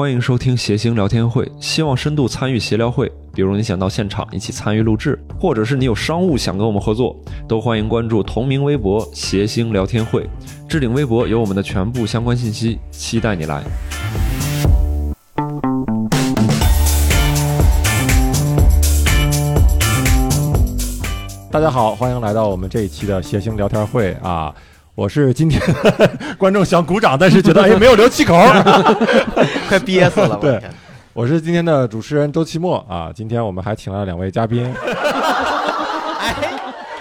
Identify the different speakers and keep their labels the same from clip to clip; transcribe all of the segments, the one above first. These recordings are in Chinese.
Speaker 1: 欢迎收听谐星聊天会，希望深度参与协聊会。比如你想到现场一起参与录制，或者是你有商务想跟我们合作，都欢迎关注同名微博“谐星聊天会”，置顶微博有我们的全部相关信息，期待你来。
Speaker 2: 大家好，欢迎来到我们这一期的谐星聊天会啊！我是今天 观众想鼓掌，但是觉得哎没有留气口。
Speaker 3: 快憋死了！我
Speaker 2: 对
Speaker 3: 天
Speaker 2: 我是今天的主持人周奇墨啊，今天我们还请来了两位嘉宾，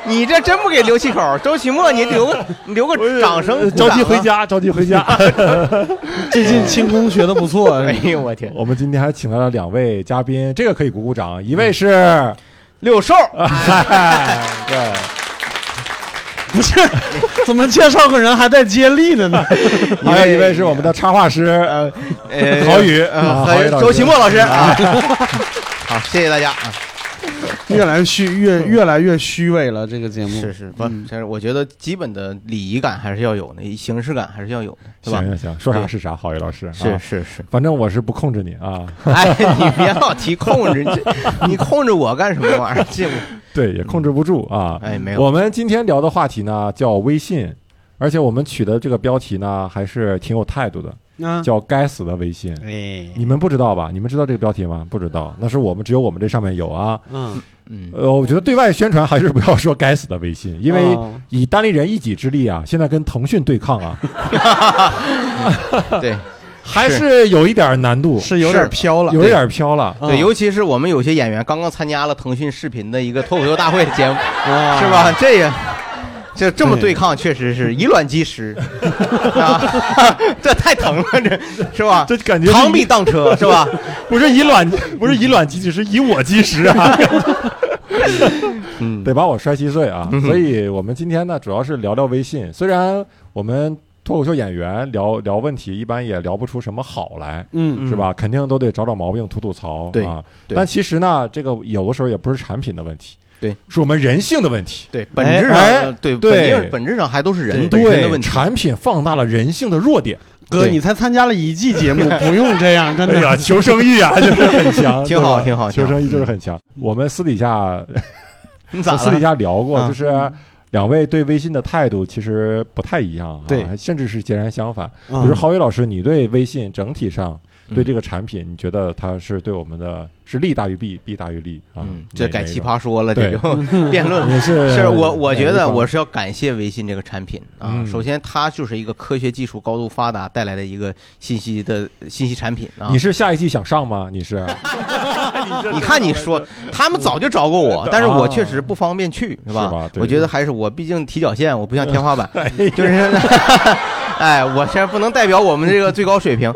Speaker 3: 你这真不给留气口，周奇墨，你留 个你留个掌啊声，
Speaker 2: 着急回。家，着急 回家。
Speaker 4: 最近轻功学的不错，
Speaker 3: 哎呦我天，
Speaker 2: 我们今天还请来了两位嘉宾，这个可以鼓鼓掌，一位是，
Speaker 3: 嗯六 兽，哎
Speaker 2: 嗨， 对，
Speaker 4: 哎不是？怎么介绍个人还带接力的 呢？哎
Speaker 2: 还有一位是我们的插画师
Speaker 3: 呃呃，
Speaker 2: 郝宇
Speaker 3: 呃
Speaker 2: 啊，郝宇老师
Speaker 3: 周奇墨老师 啊。好，谢谢大家。啊
Speaker 4: 越来越虚，越越来越虚伪了。这个节目
Speaker 3: 是是，不，
Speaker 4: 嗯
Speaker 3: 这是我觉得基本的礼仪感还是要有的，形式感还是要有的，是
Speaker 2: 行
Speaker 3: 吧？
Speaker 2: 行行，说啥是啥，郝宇老师
Speaker 3: 是
Speaker 2: 啊
Speaker 3: 是是，
Speaker 2: 反正我是不控制你啊，
Speaker 3: 哎，你别老提控制，这你控制我干什么玩意儿？这我
Speaker 2: 对，也控制不住啊。
Speaker 3: 哎没有，
Speaker 2: 我们今天聊的话题呢叫微信，而且我们取的这个标题呢还是挺有态度的，
Speaker 1: 嗯
Speaker 4: 啊，
Speaker 2: 叫“该死的微信”。
Speaker 4: 哎，
Speaker 2: 你们不知道吧？你们知道这个标题吗？不知道，那是我们只有我们这上面有啊。
Speaker 4: 嗯，
Speaker 3: 嗯，
Speaker 2: 呃，我觉得对外宣传还是不要说“该死的微信”，因为
Speaker 4: 哦
Speaker 2: 以单立人一己之力啊，现在跟腾讯对抗啊，
Speaker 3: 对
Speaker 2: 还是有一点难度，
Speaker 4: 是有点飘了，
Speaker 2: 有一点飘了。
Speaker 4: 嗯
Speaker 3: 对，尤其是我们有些演员刚刚参加了腾讯视频的一个脱口秀大会的节目，
Speaker 4: 啊
Speaker 3: 是吧？这也这这么
Speaker 4: 对
Speaker 3: 对抗，确实是以卵击 石啊！这太疼了，这是吧？
Speaker 2: 这感觉
Speaker 3: 螳臂当 车是吧？
Speaker 2: 不是以卵不是以卵击石，是以我击石啊！
Speaker 3: 嗯，
Speaker 2: 得把我摔稀碎啊！所以我们今天呢，主要是聊聊微信。虽然我们脱口秀演员聊聊问题，一般也聊不出什么好来，
Speaker 4: 嗯，
Speaker 2: 是吧？肯定都得找找毛病，吐吐槽，
Speaker 3: 对
Speaker 2: 啊。
Speaker 3: 对
Speaker 2: 但其实呢，这个有的时候也不是产品的问题，
Speaker 3: 对，
Speaker 2: 是我们人性的问题。
Speaker 3: 对，本质
Speaker 2: 哎
Speaker 3: 上对
Speaker 2: 对
Speaker 3: 本质上本质上还都是人本身的
Speaker 2: 对，
Speaker 3: 问题。
Speaker 2: 产品放大了人性的弱点。
Speaker 4: 哥，
Speaker 3: 对
Speaker 4: 你才参加了一季节目，不用这样，真
Speaker 2: 哎呀，
Speaker 4: 的。
Speaker 2: 求生欲 啊，就是很强，
Speaker 3: 挺好
Speaker 2: 对吧
Speaker 3: 挺好
Speaker 2: 求生欲就
Speaker 3: 挺好
Speaker 2: 是很强。我们私底下
Speaker 3: 你咋
Speaker 2: 私底
Speaker 3: 了？
Speaker 2: 下聊过，
Speaker 3: 啊
Speaker 2: 就是两位对微信的态度其实不太一样、啊，
Speaker 4: 对
Speaker 2: 甚至是截然相反。比
Speaker 4: 嗯
Speaker 2: 如郝宇老师，你对微信整体上
Speaker 3: 啊嗯
Speaker 2: 对这个产品，你觉得它是对我们的是利大于弊，弊大于利啊？
Speaker 3: 嗯，这
Speaker 2: 哪
Speaker 3: 改
Speaker 2: 哪一
Speaker 3: 奇
Speaker 2: 种
Speaker 3: 葩说了，这
Speaker 2: 对
Speaker 3: 就辩论了。
Speaker 2: 也是
Speaker 3: 是我，我觉
Speaker 2: 哪一
Speaker 3: 得
Speaker 2: 种
Speaker 3: 我是要感谢微信这个产品啊
Speaker 2: 嗯。
Speaker 3: 首先，它就是一个科学技术高度发达带来的一个信息的信息产品啊
Speaker 2: 你。是下一季想上吗？你是
Speaker 3: 你看，你说他们早就找过我，但是我确实不方便去，是
Speaker 2: 嗯啊是吧
Speaker 3: 吧？
Speaker 2: 对
Speaker 3: 我觉得还是我，毕竟踢脚线，我不像天花板，
Speaker 2: 哎
Speaker 3: 就是，哎，我现在不能代表我们这个最高水平。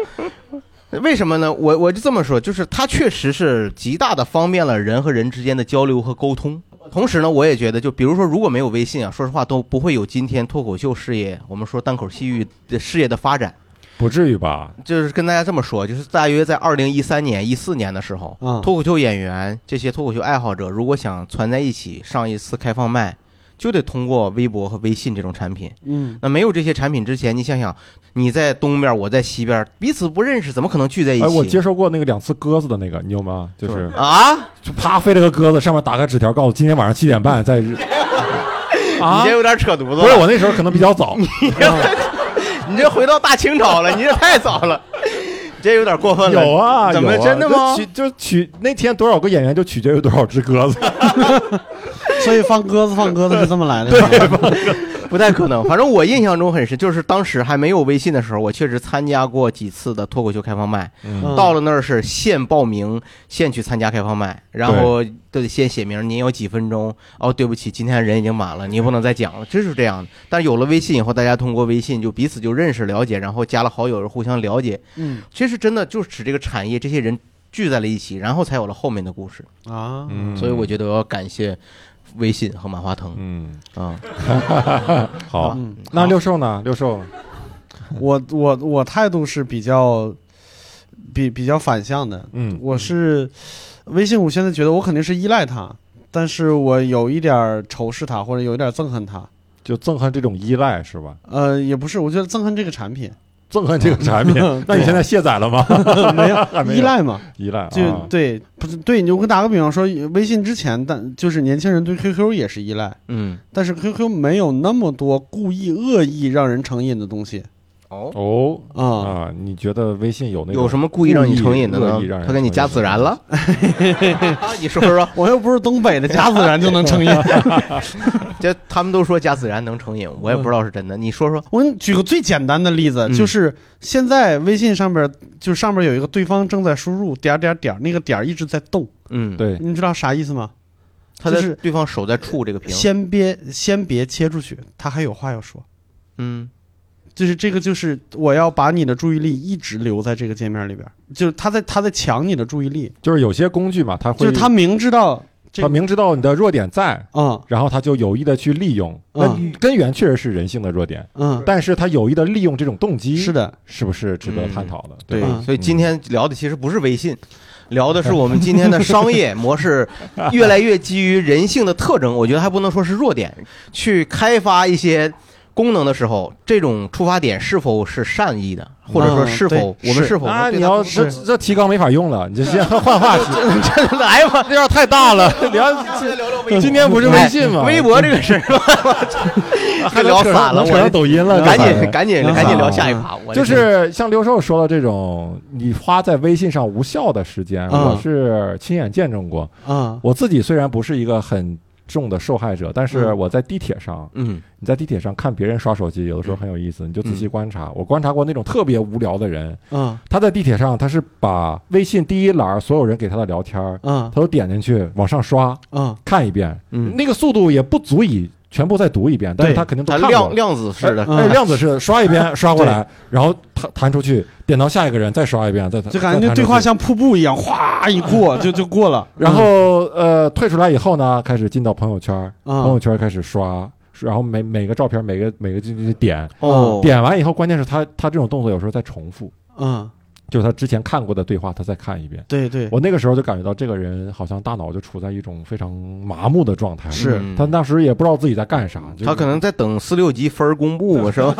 Speaker 3: 为什么呢？我我就这么说，就是它确实是极大的方便了人和人之间的交流和沟通。同时呢，我也觉得，就比如说，如果没有微信啊，说实话都不会有今天脱口秀事业，我们说单口戏剧的事业的发展。
Speaker 2: 不至于吧？
Speaker 3: 就是跟大家这么说，就是大约在二零一三年、一四年的时候，
Speaker 4: 嗯
Speaker 3: 脱口秀演员这些脱口秀爱好者，如果想攒在一起上一次开放麦，就得通过微博和微信这种产品。
Speaker 4: 嗯，
Speaker 3: 那没有这些产品之前，你想想，你在东边，我在西边，彼此不认识，怎么可能聚在一起？
Speaker 2: 哎，我接受过那个两次鸽子的那个，你有吗？就是
Speaker 3: 啊，
Speaker 2: 就啪飞了个鸽子，上面打个纸条，告诉我今天晚上七点半在日。啊
Speaker 3: 你这，有点扯犊子
Speaker 2: 不是
Speaker 3: 了。
Speaker 2: 我那时候可能比 较早，
Speaker 3: 你这回到大清朝了，你这太早了， 你这有点过分了。
Speaker 2: 有啊，
Speaker 3: 怎么
Speaker 2: 有啊
Speaker 3: 真的吗
Speaker 2: 就取就取那天多少个演员就取决于多少只鸽子。
Speaker 4: 所以放鸽子放鸽子是这么来的，对，
Speaker 3: 不太可能。反正我印象中很深，就是当时还没有微信的时候，我确实参加过几次的脱口秀开放麦。
Speaker 2: 嗯
Speaker 3: 到了那儿是现报名，现去参加开放麦，然后都得先写名，您有几分钟。哦，对不起，今天人已经满了，您不能再讲了，真是这样的。但是有了微信以后，大家通过微信就彼此就认识、了解，然后加了好友，互相了解。
Speaker 4: 嗯
Speaker 3: 其实真的就是指这个产业，这些人聚在了一起，然后才有了后面的故事。
Speaker 4: 啊，
Speaker 2: 嗯
Speaker 3: 所以我觉得我要感谢微信和马化腾
Speaker 2: 嗯，
Speaker 3: 啊，
Speaker 2: 好
Speaker 4: 嗯，
Speaker 2: 那六兽呢？六兽，
Speaker 4: 我我我态度是比较比比较反向的，
Speaker 2: 嗯，
Speaker 4: 我是微信，我现在觉得我肯定是依赖它，但是我有一点儿仇视它，或者有一点儿憎恨它。
Speaker 2: 就憎恨这种依赖是吧？
Speaker 4: 呃，也不是，我觉得憎恨这个产品，
Speaker 2: 憎恨这个产品
Speaker 4: 对。
Speaker 2: 那你现在卸载了吗？
Speaker 4: 没有
Speaker 2: 还没有
Speaker 4: 依赖嘛，
Speaker 2: 依赖啊，
Speaker 4: 就对，不是对，你就我给打个比方说，微信之前，但就是年轻人对 QQ 也是依赖，
Speaker 3: 嗯，
Speaker 4: 但是 QQ 没有那么多故意恶意让人成瘾的东西
Speaker 3: 哦，
Speaker 2: 哦
Speaker 4: 啊。
Speaker 2: 啊，你觉得微信有那
Speaker 3: 有什
Speaker 2: 么？
Speaker 3: 么故意让你成瘾的
Speaker 2: 故意让
Speaker 3: 呢？
Speaker 2: 人
Speaker 3: 他给你加孜然了，你说说，
Speaker 4: 我又不是东北的，甲子然就能成瘾。
Speaker 3: 这他们都说加孜然能成瘾，我也不知道是真的，你说说，
Speaker 4: 我给你举个最简单的例子，
Speaker 3: 嗯
Speaker 4: 就是现在微信上边，就上面有一个对方正在输入点儿点儿点儿，那个点儿一直在动，
Speaker 3: 嗯，，
Speaker 2: 对，
Speaker 4: 你知道啥意思吗？
Speaker 3: 他的
Speaker 4: 就是
Speaker 3: 对方手在触这个屏，
Speaker 4: 先别先别切出去，他还有话要说。
Speaker 3: 嗯
Speaker 4: 就是这个，就是我要把你的注意力一直留在这个界面里边儿，就是他在他在抢你的注意力，
Speaker 2: 就是有些工具嘛，它
Speaker 4: 就
Speaker 2: 会
Speaker 4: 是他明知道这
Speaker 2: 他明知道你的弱点在，
Speaker 4: 嗯
Speaker 2: 然后他就有意的去利用。那
Speaker 4: 嗯
Speaker 2: 根源确实是人性的弱点，
Speaker 4: 嗯，
Speaker 2: 但是他有意的利用这种动机，
Speaker 4: 是的，
Speaker 2: 是不是值得探讨的？对吧
Speaker 4: 对
Speaker 3: 所以今天聊的其实不是微 信，聊的是我们今天的商业模式越来越基于人性的特征，我觉得还不能说是弱点。去开发一些功能的时候，这种出发点是否是善意的，或者说
Speaker 4: 嗯
Speaker 3: 是否
Speaker 4: 对
Speaker 3: 我们
Speaker 4: 是
Speaker 3: 是否
Speaker 2: 啊，
Speaker 3: 能对
Speaker 2: 你
Speaker 3: 它
Speaker 2: 要
Speaker 3: 更
Speaker 2: 这这提纲没法用了，你 就先换话题，
Speaker 3: 真来吧，
Speaker 2: 这样太 大了。聊今天不是微信吗？
Speaker 3: 哎微博这个事儿，
Speaker 2: 还
Speaker 3: 聊
Speaker 2: 能
Speaker 3: 散
Speaker 2: 扯
Speaker 3: 了，
Speaker 2: 上能扯上
Speaker 3: 我
Speaker 2: 抖音了，
Speaker 3: 赶
Speaker 2: 这玩意
Speaker 3: 紧
Speaker 2: 儿
Speaker 3: 赶紧
Speaker 4: 嗯
Speaker 3: 赶紧聊下一趴。我
Speaker 2: 就
Speaker 3: 这
Speaker 2: 是像刘寿说的这种，你花在微信上无效的时间，
Speaker 4: 嗯
Speaker 2: 我是亲眼见证过。
Speaker 4: 嗯
Speaker 2: 我自己虽然不是一个很重的受害者，但是
Speaker 3: 嗯
Speaker 2: 我在地铁上，
Speaker 3: 嗯
Speaker 2: 你在地铁上看别人刷手机，有的时候很有意思，你就仔细观察。我观察过那种特别无聊的人，
Speaker 4: 嗯
Speaker 2: 他在地铁上，他是把微信第一栏所有人给他的聊天儿，
Speaker 4: 嗯
Speaker 2: 他都点进去往上刷
Speaker 4: 嗯，
Speaker 2: 看一遍，
Speaker 3: 嗯，
Speaker 2: 那个速度也不足以全部再读一遍，但是
Speaker 4: 对
Speaker 2: 他肯定都
Speaker 3: 它
Speaker 2: 看过了
Speaker 3: 量量子式的
Speaker 4: 嗯
Speaker 2: 哎，量子是刷一遍刷过来，然后弹弹出去，点到下一个人再刷一遍，再弹
Speaker 4: 就感觉那对话。像瀑布一样，哗一过就就过了。
Speaker 2: 再弹出去然后呃，退出来以后呢，开始进到朋友圈，
Speaker 4: 嗯
Speaker 2: 朋友圈开始刷，然后每每个照片每个每个进去点，
Speaker 3: 哦，
Speaker 2: 点完以后，关键是他他这种动作有时候在重复，
Speaker 4: 嗯，
Speaker 2: 就是他之前看过的对话，他再看一遍。
Speaker 4: 对对，
Speaker 2: 我那个时候就感觉到这个人好像大脑就处在一种非常麻木的状态，
Speaker 4: 是
Speaker 3: 嗯
Speaker 2: 他当时也不知道自己在干啥，就是
Speaker 3: 他可能在等四六级分儿公布是 吧？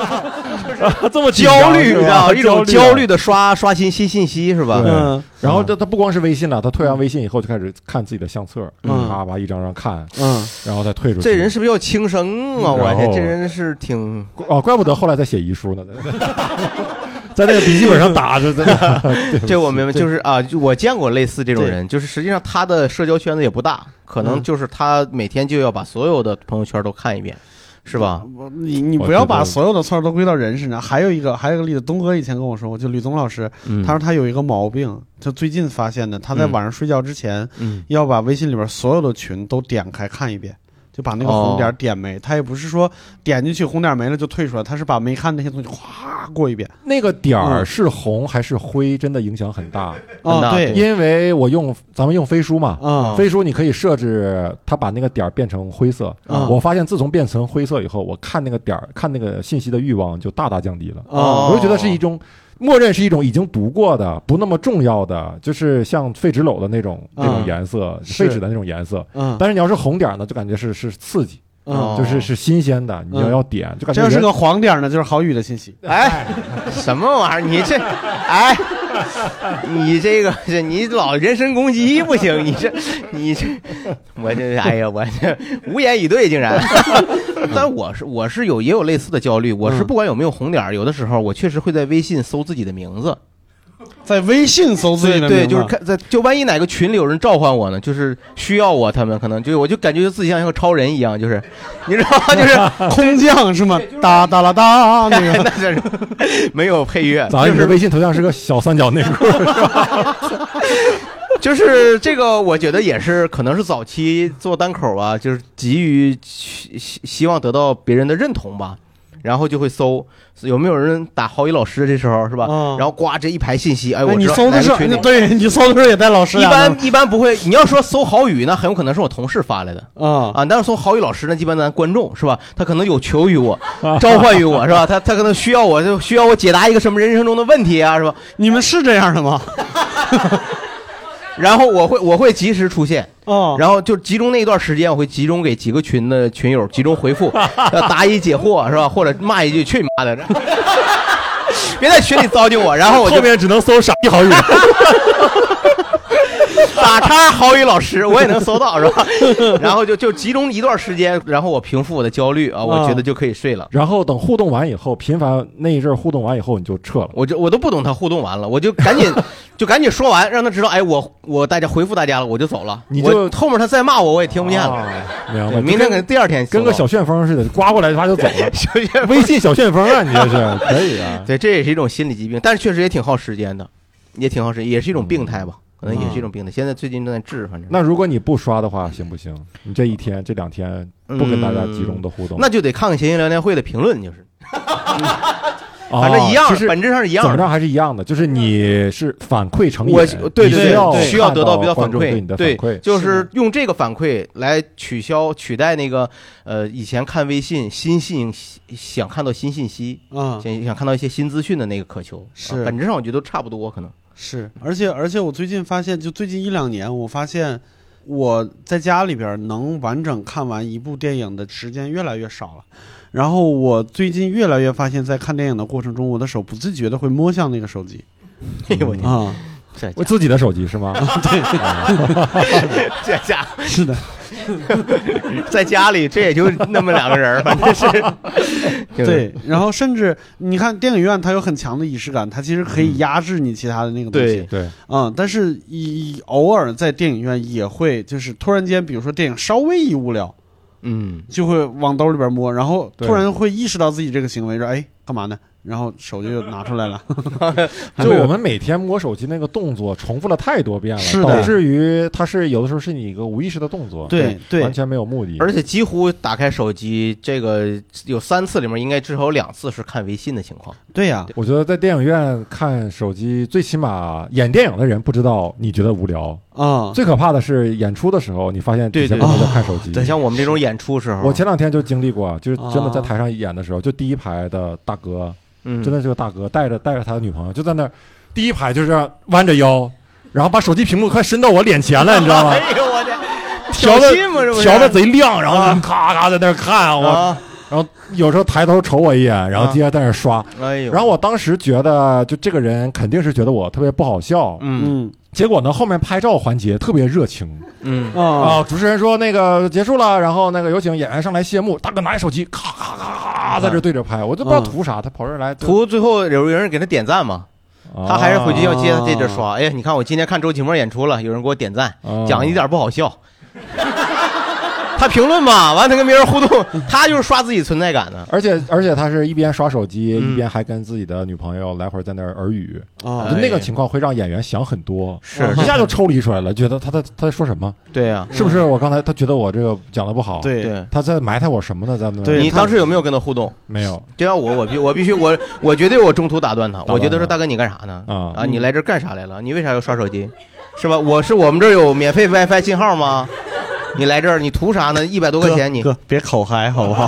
Speaker 2: 这么紧张
Speaker 3: 焦虑，
Speaker 2: 是
Speaker 3: 你知
Speaker 2: 吧
Speaker 3: 道一种
Speaker 2: 啊
Speaker 3: 焦虑的刷刷新新信息是吧
Speaker 2: 对？
Speaker 4: 嗯
Speaker 2: 然后这他不光是微信了，他退完微信以后就开始看自己的相册，
Speaker 4: 嗯
Speaker 2: 啪啪一张张看，
Speaker 4: 嗯
Speaker 2: 然后再退出去。
Speaker 3: 这人是不是要轻生啊？我
Speaker 2: 然
Speaker 3: 天，
Speaker 2: 后
Speaker 3: 这人是挺
Speaker 2: 哦，怪不得后来在写遗书呢， 在那个笔记本上打着，在 那 对不起
Speaker 3: 这我明白，就是啊，就我见过类似这种人，就是实际上他的社交圈子也不大，可能
Speaker 4: 嗯
Speaker 3: 就是他每天就要把所有的朋友圈都看一遍，是吧？
Speaker 4: 我你你
Speaker 2: 我
Speaker 4: 不要
Speaker 2: 觉
Speaker 4: 把
Speaker 2: 得
Speaker 4: 所有的错儿都归到人身上。还有一个还有一个例子，东哥以前跟我说过，就吕宗老师，
Speaker 3: 嗯
Speaker 4: 他说他有一个毛病，就最近发现的，他在
Speaker 3: 嗯
Speaker 4: 晚上睡觉之前
Speaker 3: 嗯
Speaker 4: 要把微信里边所有的群都点开看一遍，就把那个红点点没。他也不是说点进去红点没了就退出来，他是把没看那些东西哗过一遍。
Speaker 2: 那个点
Speaker 4: 嗯
Speaker 2: 儿是红还是灰，真的影响很大。
Speaker 4: 啊，
Speaker 3: 那
Speaker 4: 对，
Speaker 2: 因为我用咱们用飞书嘛，
Speaker 4: 啊，
Speaker 2: 飞书你可以设置它把那个点儿变成灰色。
Speaker 4: 嗯
Speaker 2: 我发现自从变成灰色以后，我看那个点儿看那个信息的欲望就大大降低了。
Speaker 4: 啊
Speaker 2: 我就觉得是一种，默认是一种已经读过的、不那么重要的，就是像废纸篓的那种那种
Speaker 4: 嗯
Speaker 2: 颜色，
Speaker 4: 是
Speaker 2: 废纸的那种颜色。
Speaker 4: 嗯
Speaker 2: 但是你要是红点儿呢，就感觉是是刺激，
Speaker 4: 嗯，
Speaker 2: 就是是新鲜的，你要
Speaker 4: 嗯
Speaker 2: 要点，就感
Speaker 4: 这
Speaker 2: 觉
Speaker 4: 要是
Speaker 2: 人
Speaker 4: 个黄点呢，就是好雨的信息。
Speaker 3: 哎，什么玩意儿？你这，哎，你这个，这你老人身攻击不行，你这，你这，我这， 哎呀，我这无言以对，竟然。 但我是我是有也有类似的焦虑，我是
Speaker 4: 嗯
Speaker 3: 不管有没有红点儿，有的时候我确实会在微信搜自己的名字，
Speaker 4: 在微信搜自己的名
Speaker 3: 对，
Speaker 4: 字
Speaker 3: 就是看在就万一哪个群里有人召唤我呢，就是需要我，他们可能就我就感觉自己像一个超人一样，就是你知道吗？就是
Speaker 4: 空降是吗？哒哒啦哒那个。
Speaker 3: 那是 没有配乐，
Speaker 2: 咋？你的微信头像是个小三角 内裤，
Speaker 3: 就是这个，我觉得也是，可能是早期做单口啊，就是急于希希希望得到别人的认同吧，然后就会搜有没有人打郝宇老师，这时候是吧？
Speaker 4: 嗯
Speaker 3: 然后呱这一排信息，哎，
Speaker 4: 哎，
Speaker 3: 我
Speaker 4: 你
Speaker 3: 知道
Speaker 4: 搜
Speaker 3: 哪
Speaker 4: 的
Speaker 3: 个
Speaker 4: 时候
Speaker 3: 群里，
Speaker 4: 对你搜的时候也带老师啊
Speaker 3: 一
Speaker 4: 俩呢
Speaker 3: 般一般不会。你要说搜郝宇，那很有可能是我同事发来的。
Speaker 4: 啊
Speaker 3: 啊，但是从郝宇老师那一般咱观众是吧？他可能有求于 我，召唤于我是吧？他他可能需要我，就需要我解答一个什么人生中的问题啊，是吧？
Speaker 4: 你们是这样的吗？
Speaker 3: 然后我会我会及时出现，
Speaker 4: 哦，
Speaker 3: 然后就集中那一段时间，我会集中给几个群的群友集中回复，要答疑解惑是吧？或者骂一句去你妈的， 别在群里糟践我，然后我就
Speaker 2: 后面只能搜傻逼好友。
Speaker 3: 打叉郝宇老师，我也能搜到是吧？ 然后就就集中一段时间，然后我平复我的焦虑啊，我觉得就可以睡了。
Speaker 2: 然后等互动完以后，频繁那一阵儿互动完以后，你就撤了。
Speaker 3: 我就我都不懂他互动完了，我就赶紧就赶紧说完，让他知道，哎，我我大家回复大家了，我就走了。
Speaker 2: 你就
Speaker 3: 我后面他再骂我，我也听不见了。
Speaker 2: 啊明
Speaker 3: 对
Speaker 2: 白？
Speaker 3: 明天可能第二天
Speaker 2: 跟
Speaker 3: 搜
Speaker 2: 个
Speaker 3: 到
Speaker 2: 小旋风似的，刮过来他就走了
Speaker 3: 。小学，
Speaker 2: 微信小旋风啊，你这是 可以啊。
Speaker 3: 对，这也是一种心理疾病，但是确实也挺耗时间的，也挺耗时间，也是一种病态吧，
Speaker 2: 嗯
Speaker 3: 可能也是一种病态。现在最近正在治，反正
Speaker 2: 那如果你不刷的话，行不行？你这一天、这两天不跟大家集中的互动，
Speaker 3: 嗯那就得看看谐音聊天会的评论， 就是
Speaker 2: 哦
Speaker 3: 反正一样
Speaker 2: 其，实
Speaker 3: 本质上是一
Speaker 2: 怎么
Speaker 3: 样的。
Speaker 2: 着还是一样的，就是你是反馈成瘾，
Speaker 3: 我对对
Speaker 2: 你需
Speaker 3: 对
Speaker 2: 要
Speaker 3: 对，需要
Speaker 2: 看
Speaker 3: 得
Speaker 2: 到
Speaker 3: 比较
Speaker 2: 观
Speaker 3: 反
Speaker 2: 众对你的
Speaker 3: 馈，
Speaker 2: 反
Speaker 3: 对
Speaker 2: 馈，
Speaker 3: 就是用这个反馈来取消取代那个呃以前看微信新信息想看到新信息，
Speaker 4: 嗯，
Speaker 3: 想想看到一些新资讯的那个渴求，
Speaker 4: 是
Speaker 3: 啊本质上我觉得都差不多，可 能
Speaker 4: 是，而且而且我最近发现，就最近一两年，我发现我在家里边儿能完整看完一部电影的时间越来越少了。然后我最近越来越发现，在看电影的过程中，我的手不自觉的会摸向那个手机
Speaker 3: 哎呦我天，
Speaker 4: 啊、
Speaker 3: 这家
Speaker 2: 我自己的手机 是吗？
Speaker 3: 这家
Speaker 4: 是的，
Speaker 3: 在家里这也就那么两个人儿，反正是就是
Speaker 4: 对。然后甚至你看电影院，它有很强的仪式感，它其实可以压制你其他的那个东西。
Speaker 3: 对
Speaker 2: 对，
Speaker 4: 嗯，但是以偶尔在电影院也会，就是突然间，比如说电影稍微一无聊，
Speaker 3: 嗯，
Speaker 4: 就会往兜里边摸，然后
Speaker 2: 对
Speaker 4: 突然会意识到自己这个行为，说哎干嘛呢？然后手就拿出 来了。
Speaker 2: 就我们每天摸手机那个动作重复了太多遍了，
Speaker 4: 是的
Speaker 2: 导致于它是有的时候是你一个无意识的动作，
Speaker 4: 对对
Speaker 2: 完全没有目的。
Speaker 3: 而且几乎打开手机，这个有三次里面应该至少有两次是看微信的情况。
Speaker 4: 对呀、
Speaker 2: 我觉得在电影院看手机，最起码演电影的人不知道你觉得无聊，
Speaker 4: 啊，
Speaker 2: 最可怕的是演出的时候，你发现底下
Speaker 3: 对对
Speaker 4: 哦
Speaker 2: 观众在看手机。
Speaker 3: 像我们这种演出时候，
Speaker 2: 我前两天就经历过，就是真的在
Speaker 4: 啊
Speaker 2: 台上演的时候，就第一排的大哥，
Speaker 3: 嗯
Speaker 2: 真的是个大哥，带着带着他的女朋友，就在那儿第一排就这样弯着腰，然后把手机屏幕快伸到我脸前 了，你知道吗？
Speaker 3: 哎呦我天，
Speaker 2: 调的
Speaker 3: 挑衅吗这不是
Speaker 2: 调的贼亮，然后嗯咔咔在那儿看我，
Speaker 3: 啊，
Speaker 2: 然后有时候抬头瞅我一眼，然后接着在那儿刷。
Speaker 3: 哎呦，
Speaker 2: 然后我当时觉得，就这个人肯定是觉得我特别不好笑。
Speaker 3: 嗯
Speaker 4: 嗯
Speaker 2: 结果呢，后面拍照环节特别热情，
Speaker 3: 嗯，
Speaker 4: 啊
Speaker 2: 啊，主持人说那个结束了，然后那个有请演员上来谢幕。大哥拿着手机，咔咔咔咔在这对着拍，我都不知道图啥，他跑这儿来就，
Speaker 3: 啊嗯图最后有有人给他点赞嘛，
Speaker 2: 哦
Speaker 3: 他还是回去要接他接着刷。哎呀，你看我今天看周奇墨演出了，有人给我点赞，
Speaker 2: 啊
Speaker 3: 讲一点不好笑。他评论嘛，完了他跟别人互动，他就是刷自己存在感呢。
Speaker 2: 而且而且他是一边刷手机，
Speaker 3: 嗯
Speaker 2: 一边还跟自己的女朋友来回在那儿耳语，
Speaker 4: 啊
Speaker 2: 就
Speaker 3: 哎
Speaker 2: 那个情况会让演员想很多，
Speaker 3: 是
Speaker 2: 一下就抽离出来了，觉得他在他在说什么，
Speaker 3: 对呀，
Speaker 2: 是不是？我刚才他觉得我这个讲的不好，，
Speaker 4: 对
Speaker 3: 对，
Speaker 2: 他在埋汰我什么呢？在那
Speaker 4: 对
Speaker 3: 你
Speaker 4: 他
Speaker 3: 当时有没有跟他互动？
Speaker 2: 没有，
Speaker 3: 就像我，我必我必须我我绝对我中途打断他，
Speaker 2: 断他
Speaker 3: 我觉得说大哥你干啥呢？
Speaker 2: 啊
Speaker 3: 啊，你来这儿干啥来了？你为啥要刷手机？是吧？我是我们这儿有免费 WiFi 信号吗？你来这儿你图啥呢？一百多块钱你
Speaker 4: 哥别口嗨 好不好？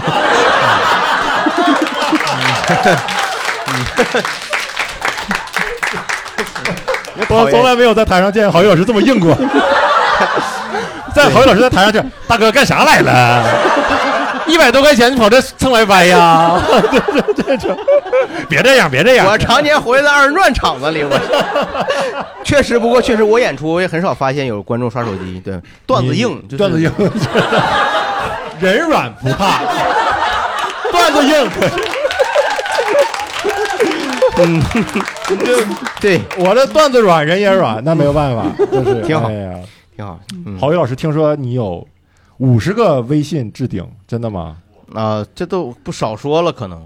Speaker 2: 我从来没有在台上见郝宇老师这么硬过。在郝宇老师在台上这，大哥干啥来了？一百多块钱你跑这蹭 WiFi 呀？ 这这这这，别这样，别这样。
Speaker 3: 我常年活跃在二人转场子里，我确实，不过确实我演出我也很少发现有观众刷手机，对，段子硬，就是
Speaker 2: 段 子，硬，人软不怕，段子硬可是。
Speaker 3: 对，嗯
Speaker 2: 我这段子软，人也软，那没有办法，就是
Speaker 3: 挺好
Speaker 2: 哎呀
Speaker 3: 挺好，嗯，
Speaker 2: 郝宇老师，听说你有五十个微信置顶，真的吗？
Speaker 3: 啊、这都不少说了，可能。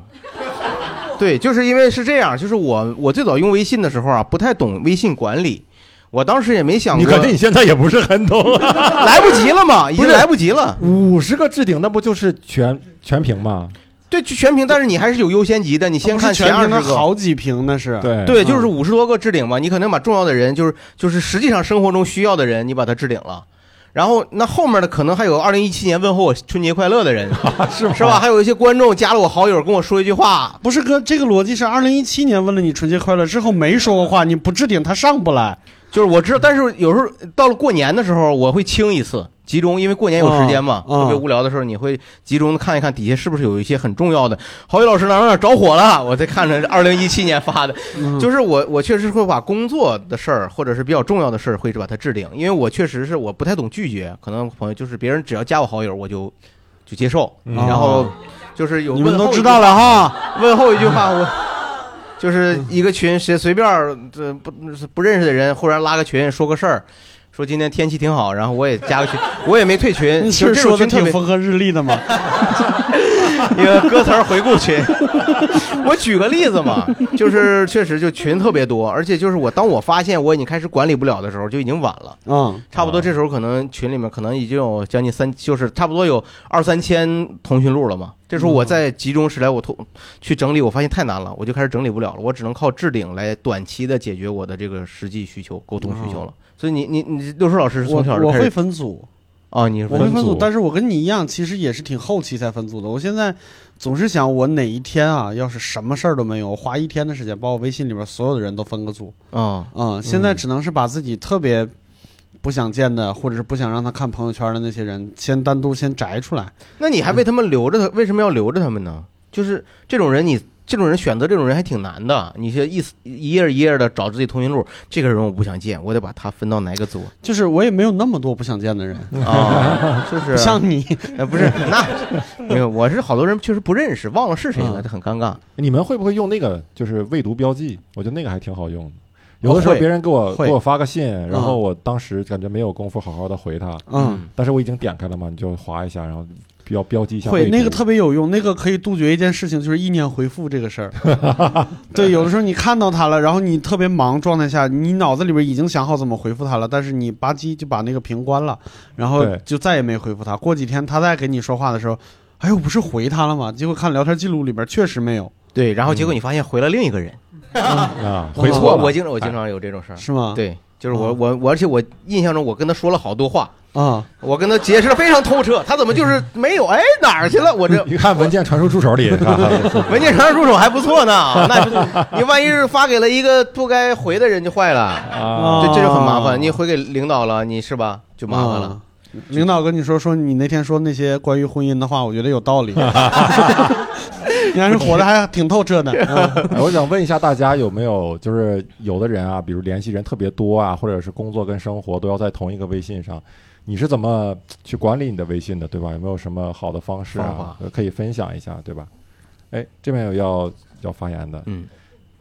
Speaker 3: 对，就是因为是这样，就是我我最早用微信的时候啊，不太懂微信管理，我当时也没想
Speaker 2: 你
Speaker 3: 过，
Speaker 2: 肯定你现在也不是很 懂。
Speaker 3: 来不及了嘛，已经
Speaker 2: 不是
Speaker 3: 来不及了。
Speaker 2: 五十个置顶，那不就是全全屏吗？
Speaker 3: 对，就全屏，但是你还是有优先级的，你先看
Speaker 4: 不是全
Speaker 3: 前二
Speaker 4: 屏
Speaker 3: 十
Speaker 4: 的
Speaker 3: 个。
Speaker 4: 好几屏那是。
Speaker 2: 对
Speaker 3: 对，就是五十多个置顶嘛，你可能把重要的人，就是就是实际上生活中需要的人，你把他置顶了。然后那后面的可能还有二零一七年问候我春节快乐的人，
Speaker 2: 啊是吗
Speaker 3: 是吧？？还有一些观众加了我好友，跟我说一句话，
Speaker 4: 不是哥，这个逻辑是二零一七年问了你春节快乐之后没说过话，你不置顶他上不来。
Speaker 3: 就是我知道，但是有时候到了过年的时候，我会清一次，集中，因为过年有时间嘛，
Speaker 4: 嗯嗯
Speaker 3: 特别无聊的时候，你会集中看一看底下是不是有一些很重要的。郝宇老师哪儿哪儿着火了？ 我在看着二零一七年发的，
Speaker 4: 嗯
Speaker 3: 就是我我确实会把工作的事儿或者是比较重要的事儿会把它置顶，因为我确实是我不太懂拒绝，可能朋友就是别人只要加我好友我就就接受，
Speaker 1: 嗯
Speaker 3: 然后就是有
Speaker 4: 你们
Speaker 3: 问候
Speaker 4: 都
Speaker 3: 一句
Speaker 4: 知道了哈。
Speaker 3: 问候一句话，我就是一个群，谁随便儿这不不认识的人，忽然拉个群说个事儿，说今天天气挺好，然后我也加个群，我也没退 群，
Speaker 4: 你
Speaker 3: 就是是这种
Speaker 4: 说的
Speaker 3: 群特
Speaker 4: 挺
Speaker 3: 别
Speaker 4: 风和日丽的嘛？
Speaker 3: 一个歌词儿回顾群。我举个例子嘛，就是确实就群特别多，而且就是我当我发现我已经开始管理不了的时候，就已经晚了。
Speaker 4: 嗯，
Speaker 3: 差不多这时候可能群里面可能已经有将近三，就是差不多有二三千通讯录了嘛。这时候我再集中起来，我通去整理，我发现太难了，我就开始整理不了了，我只能靠置顶来短期的解决我的这个实际需求、沟通需求了。所以你你你六叔老师是
Speaker 4: 哦我
Speaker 3: 从小就
Speaker 4: 我
Speaker 3: 开
Speaker 4: 会
Speaker 3: 始
Speaker 4: 分组，
Speaker 3: 啊，你是
Speaker 4: 我
Speaker 3: 分
Speaker 4: 会
Speaker 3: 组
Speaker 4: 分组，但是我跟你一样，其实也是挺后期才分组的。我现在总是想，我哪一天啊，要是什么事儿都没有，我花一天的时间把我微信里边所有的人都分个组。
Speaker 3: 啊，
Speaker 4: 嗯，现在只能是把自己特别不想见的，或者是不想让他看朋友圈的那些人，先单独先摘出来。
Speaker 3: 那你还为他们留着他，为什么要留着他们呢？就是这种人你。这种人选择这种人还挺难的，你是一丝一页一页的找自己通讯录，这个人我不想见，我得把他分到哪个组
Speaker 4: 就是 我也没有那么多不想见的人，
Speaker 3: 啊？就是
Speaker 4: 不像你，
Speaker 3: 呃，不是， 那没有，我是好多人确实不认识，忘了是谁了，
Speaker 5: 嗯
Speaker 3: 这很尴尬。
Speaker 2: 你们会不会用那个就是未读标记？我觉得那个还挺好用的。有的时
Speaker 3: 哦
Speaker 2: 候
Speaker 3: 会嗯
Speaker 2: 别人给我
Speaker 4: 会
Speaker 2: 给我发个信，然后我当时感觉没有功夫好好的回他，
Speaker 4: 嗯，
Speaker 2: 但是我已经点开了嘛，你就划一下，然后标标记一下
Speaker 4: 会
Speaker 2: 未读。
Speaker 4: 那个特别有用，那个可以杜绝一件事情，就是意念回复这个事儿。 对，有的时候你看到他了，然后你特别忙状态下，你脑子里边已经想好怎么回复他了，但是你吧唧就把那个屏关了，然后
Speaker 2: 对
Speaker 4: 就再也没回复他。过几天他再跟你说话的时候，哎呦，不是回他了吗？结果看聊天记录里边确实没有，
Speaker 3: 对，然后结果你发现回了另一个人，
Speaker 2: 嗯啊，
Speaker 4: 嗯
Speaker 2: 回错
Speaker 3: 我
Speaker 2: 了。
Speaker 3: 我经常我经常有这种事儿，
Speaker 4: 是吗？
Speaker 3: 对，就是我我我，而且我印象中我跟他说了好多话，
Speaker 4: 啊，
Speaker 3: 我跟他解释得非常透彻，他怎么就是没有？哎，哪儿去了？我这
Speaker 2: 。你看文件传输助 手里，哈哈
Speaker 3: 文件传入手还不错呢，那不你万一是发给了一个不该回的人就坏了，
Speaker 2: 啊，
Speaker 3: 这这就很麻烦。你回给领导了，你是吧？就麻烦了
Speaker 4: 啊。。领导跟你说说你那天说那些关于婚姻的话，我觉得有 道理。 你还是活得还挺透 彻 的。嗯
Speaker 2: 哎我想问一下大家有没有，就是有的人啊，比如联系人特别多啊，或者是工作跟生活都要在同一个微信上，你是怎么去管理你的微信的，对吧？有没有什么好的方式
Speaker 3: 方
Speaker 2: 啊
Speaker 3: 法，
Speaker 2: 呃可以分享一下，对吧？哎，这边有要要发言的，
Speaker 3: 嗯，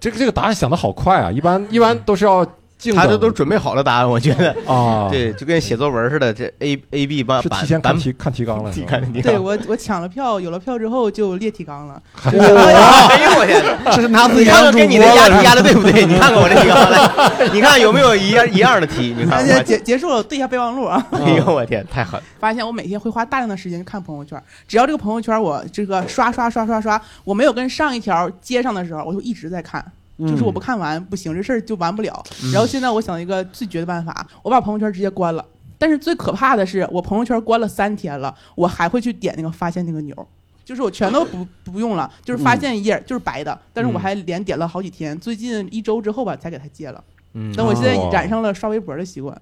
Speaker 2: 这个这个答案想的好快啊，一般一般都是要静
Speaker 3: 他这
Speaker 2: 等
Speaker 3: 都准备好了答案，我觉得。
Speaker 2: 啊，，
Speaker 3: 对，就跟写作文似的，这 A A B 版
Speaker 2: 是
Speaker 3: 版
Speaker 2: 提前看
Speaker 3: 版
Speaker 2: 提看提纲了，是
Speaker 3: 提
Speaker 2: 吧
Speaker 3: 看提
Speaker 6: 对
Speaker 3: 纲。
Speaker 6: 我，我抢了票，有了票之后就列提纲 了。
Speaker 3: 哎呦我天哪！
Speaker 4: 这是拿自
Speaker 3: 你
Speaker 4: 己
Speaker 3: 看
Speaker 4: 当
Speaker 3: 看
Speaker 4: 主
Speaker 3: 跟你的
Speaker 4: 播
Speaker 3: 押
Speaker 4: 了
Speaker 3: 题。押的对不 对？你看看 我这提纲来，你看有没有一样一样的题？你看
Speaker 6: 而
Speaker 3: 我
Speaker 6: 且
Speaker 3: 这，
Speaker 6: 结结束了，对一下备忘录啊，
Speaker 3: 哎呦我天，太狠！
Speaker 6: 发现我每天会花大量的时间去看朋友圈。只要这个朋友圈我这个刷刷刷刷刷，我没有跟上一条接上的时候，我就一直在看。就是我不看完不行，这事儿就完不了。然后现在我想了一个最绝的办法，我把朋友圈直接关了。但是最可怕的是，我朋友圈关了三天了，我还会去点那个发现那个钮儿，就是我全都不不用了，就是发现一页儿就是白的，但是我还连点了好几天，最近一周之后吧才给它戒了。
Speaker 3: 嗯，
Speaker 6: 但我现在
Speaker 2: 哦
Speaker 6: 染上了刷微博的习惯，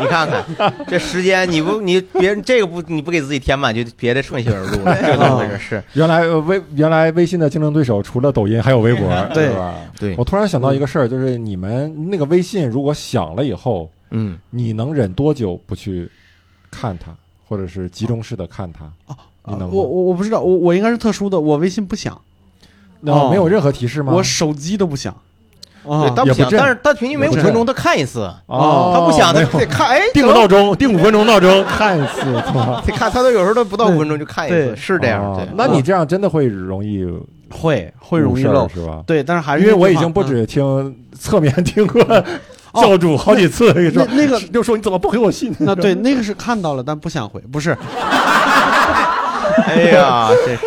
Speaker 3: 你看看 这时间，你不你别这个不你不给自己填满，就别再顺性而入了，这怎么回事？是
Speaker 2: 原来呃微原来微信的竞争对手除了抖音还有微博，
Speaker 4: 对
Speaker 2: 是吧？
Speaker 3: 对
Speaker 2: 我，突然想到一个事儿，就是你们那个微信如果响了以后，
Speaker 3: 嗯，
Speaker 2: 你能忍多久不去看它，或者是集中式的看它？
Speaker 4: 哦
Speaker 2: 你能
Speaker 4: 我
Speaker 2: 吗
Speaker 4: 我我不知道，我我应该是特殊的，我微信不响，
Speaker 2: 那、
Speaker 4: 哦
Speaker 2: 没有任何提示吗？
Speaker 4: 我手机都不响。啊
Speaker 3: 对，，但不
Speaker 2: 也不
Speaker 3: 行，
Speaker 2: 震
Speaker 3: 但是但平均每
Speaker 2: 也
Speaker 3: 五
Speaker 2: 不
Speaker 3: 分
Speaker 2: 震
Speaker 3: 钟他看一次，
Speaker 2: 哦，
Speaker 3: 他不想他
Speaker 2: 没有
Speaker 3: 得看，哎，
Speaker 5: 定个闹钟，定五分钟闹 钟。
Speaker 2: 看一次，操
Speaker 3: 得看，他都有时候都不到五分钟就看一次，
Speaker 4: 对
Speaker 3: 是这样。
Speaker 2: 哦
Speaker 3: 对，
Speaker 2: 那你这样真的会容易
Speaker 4: 会会容易
Speaker 2: 误事儿
Speaker 4: 漏，
Speaker 2: 是吧？
Speaker 4: 对，但是还是
Speaker 2: 因为
Speaker 4: 那
Speaker 2: 我已
Speaker 4: 句话
Speaker 2: 经不
Speaker 4: 嗯
Speaker 2: 止听侧面听过
Speaker 3: 哦
Speaker 2: 教主好几次，跟你说
Speaker 4: 哦那那个
Speaker 2: 就说你怎么不回我信？
Speaker 4: 那对那个是看到了，但不想回，不 是
Speaker 3: 哎呀，真是，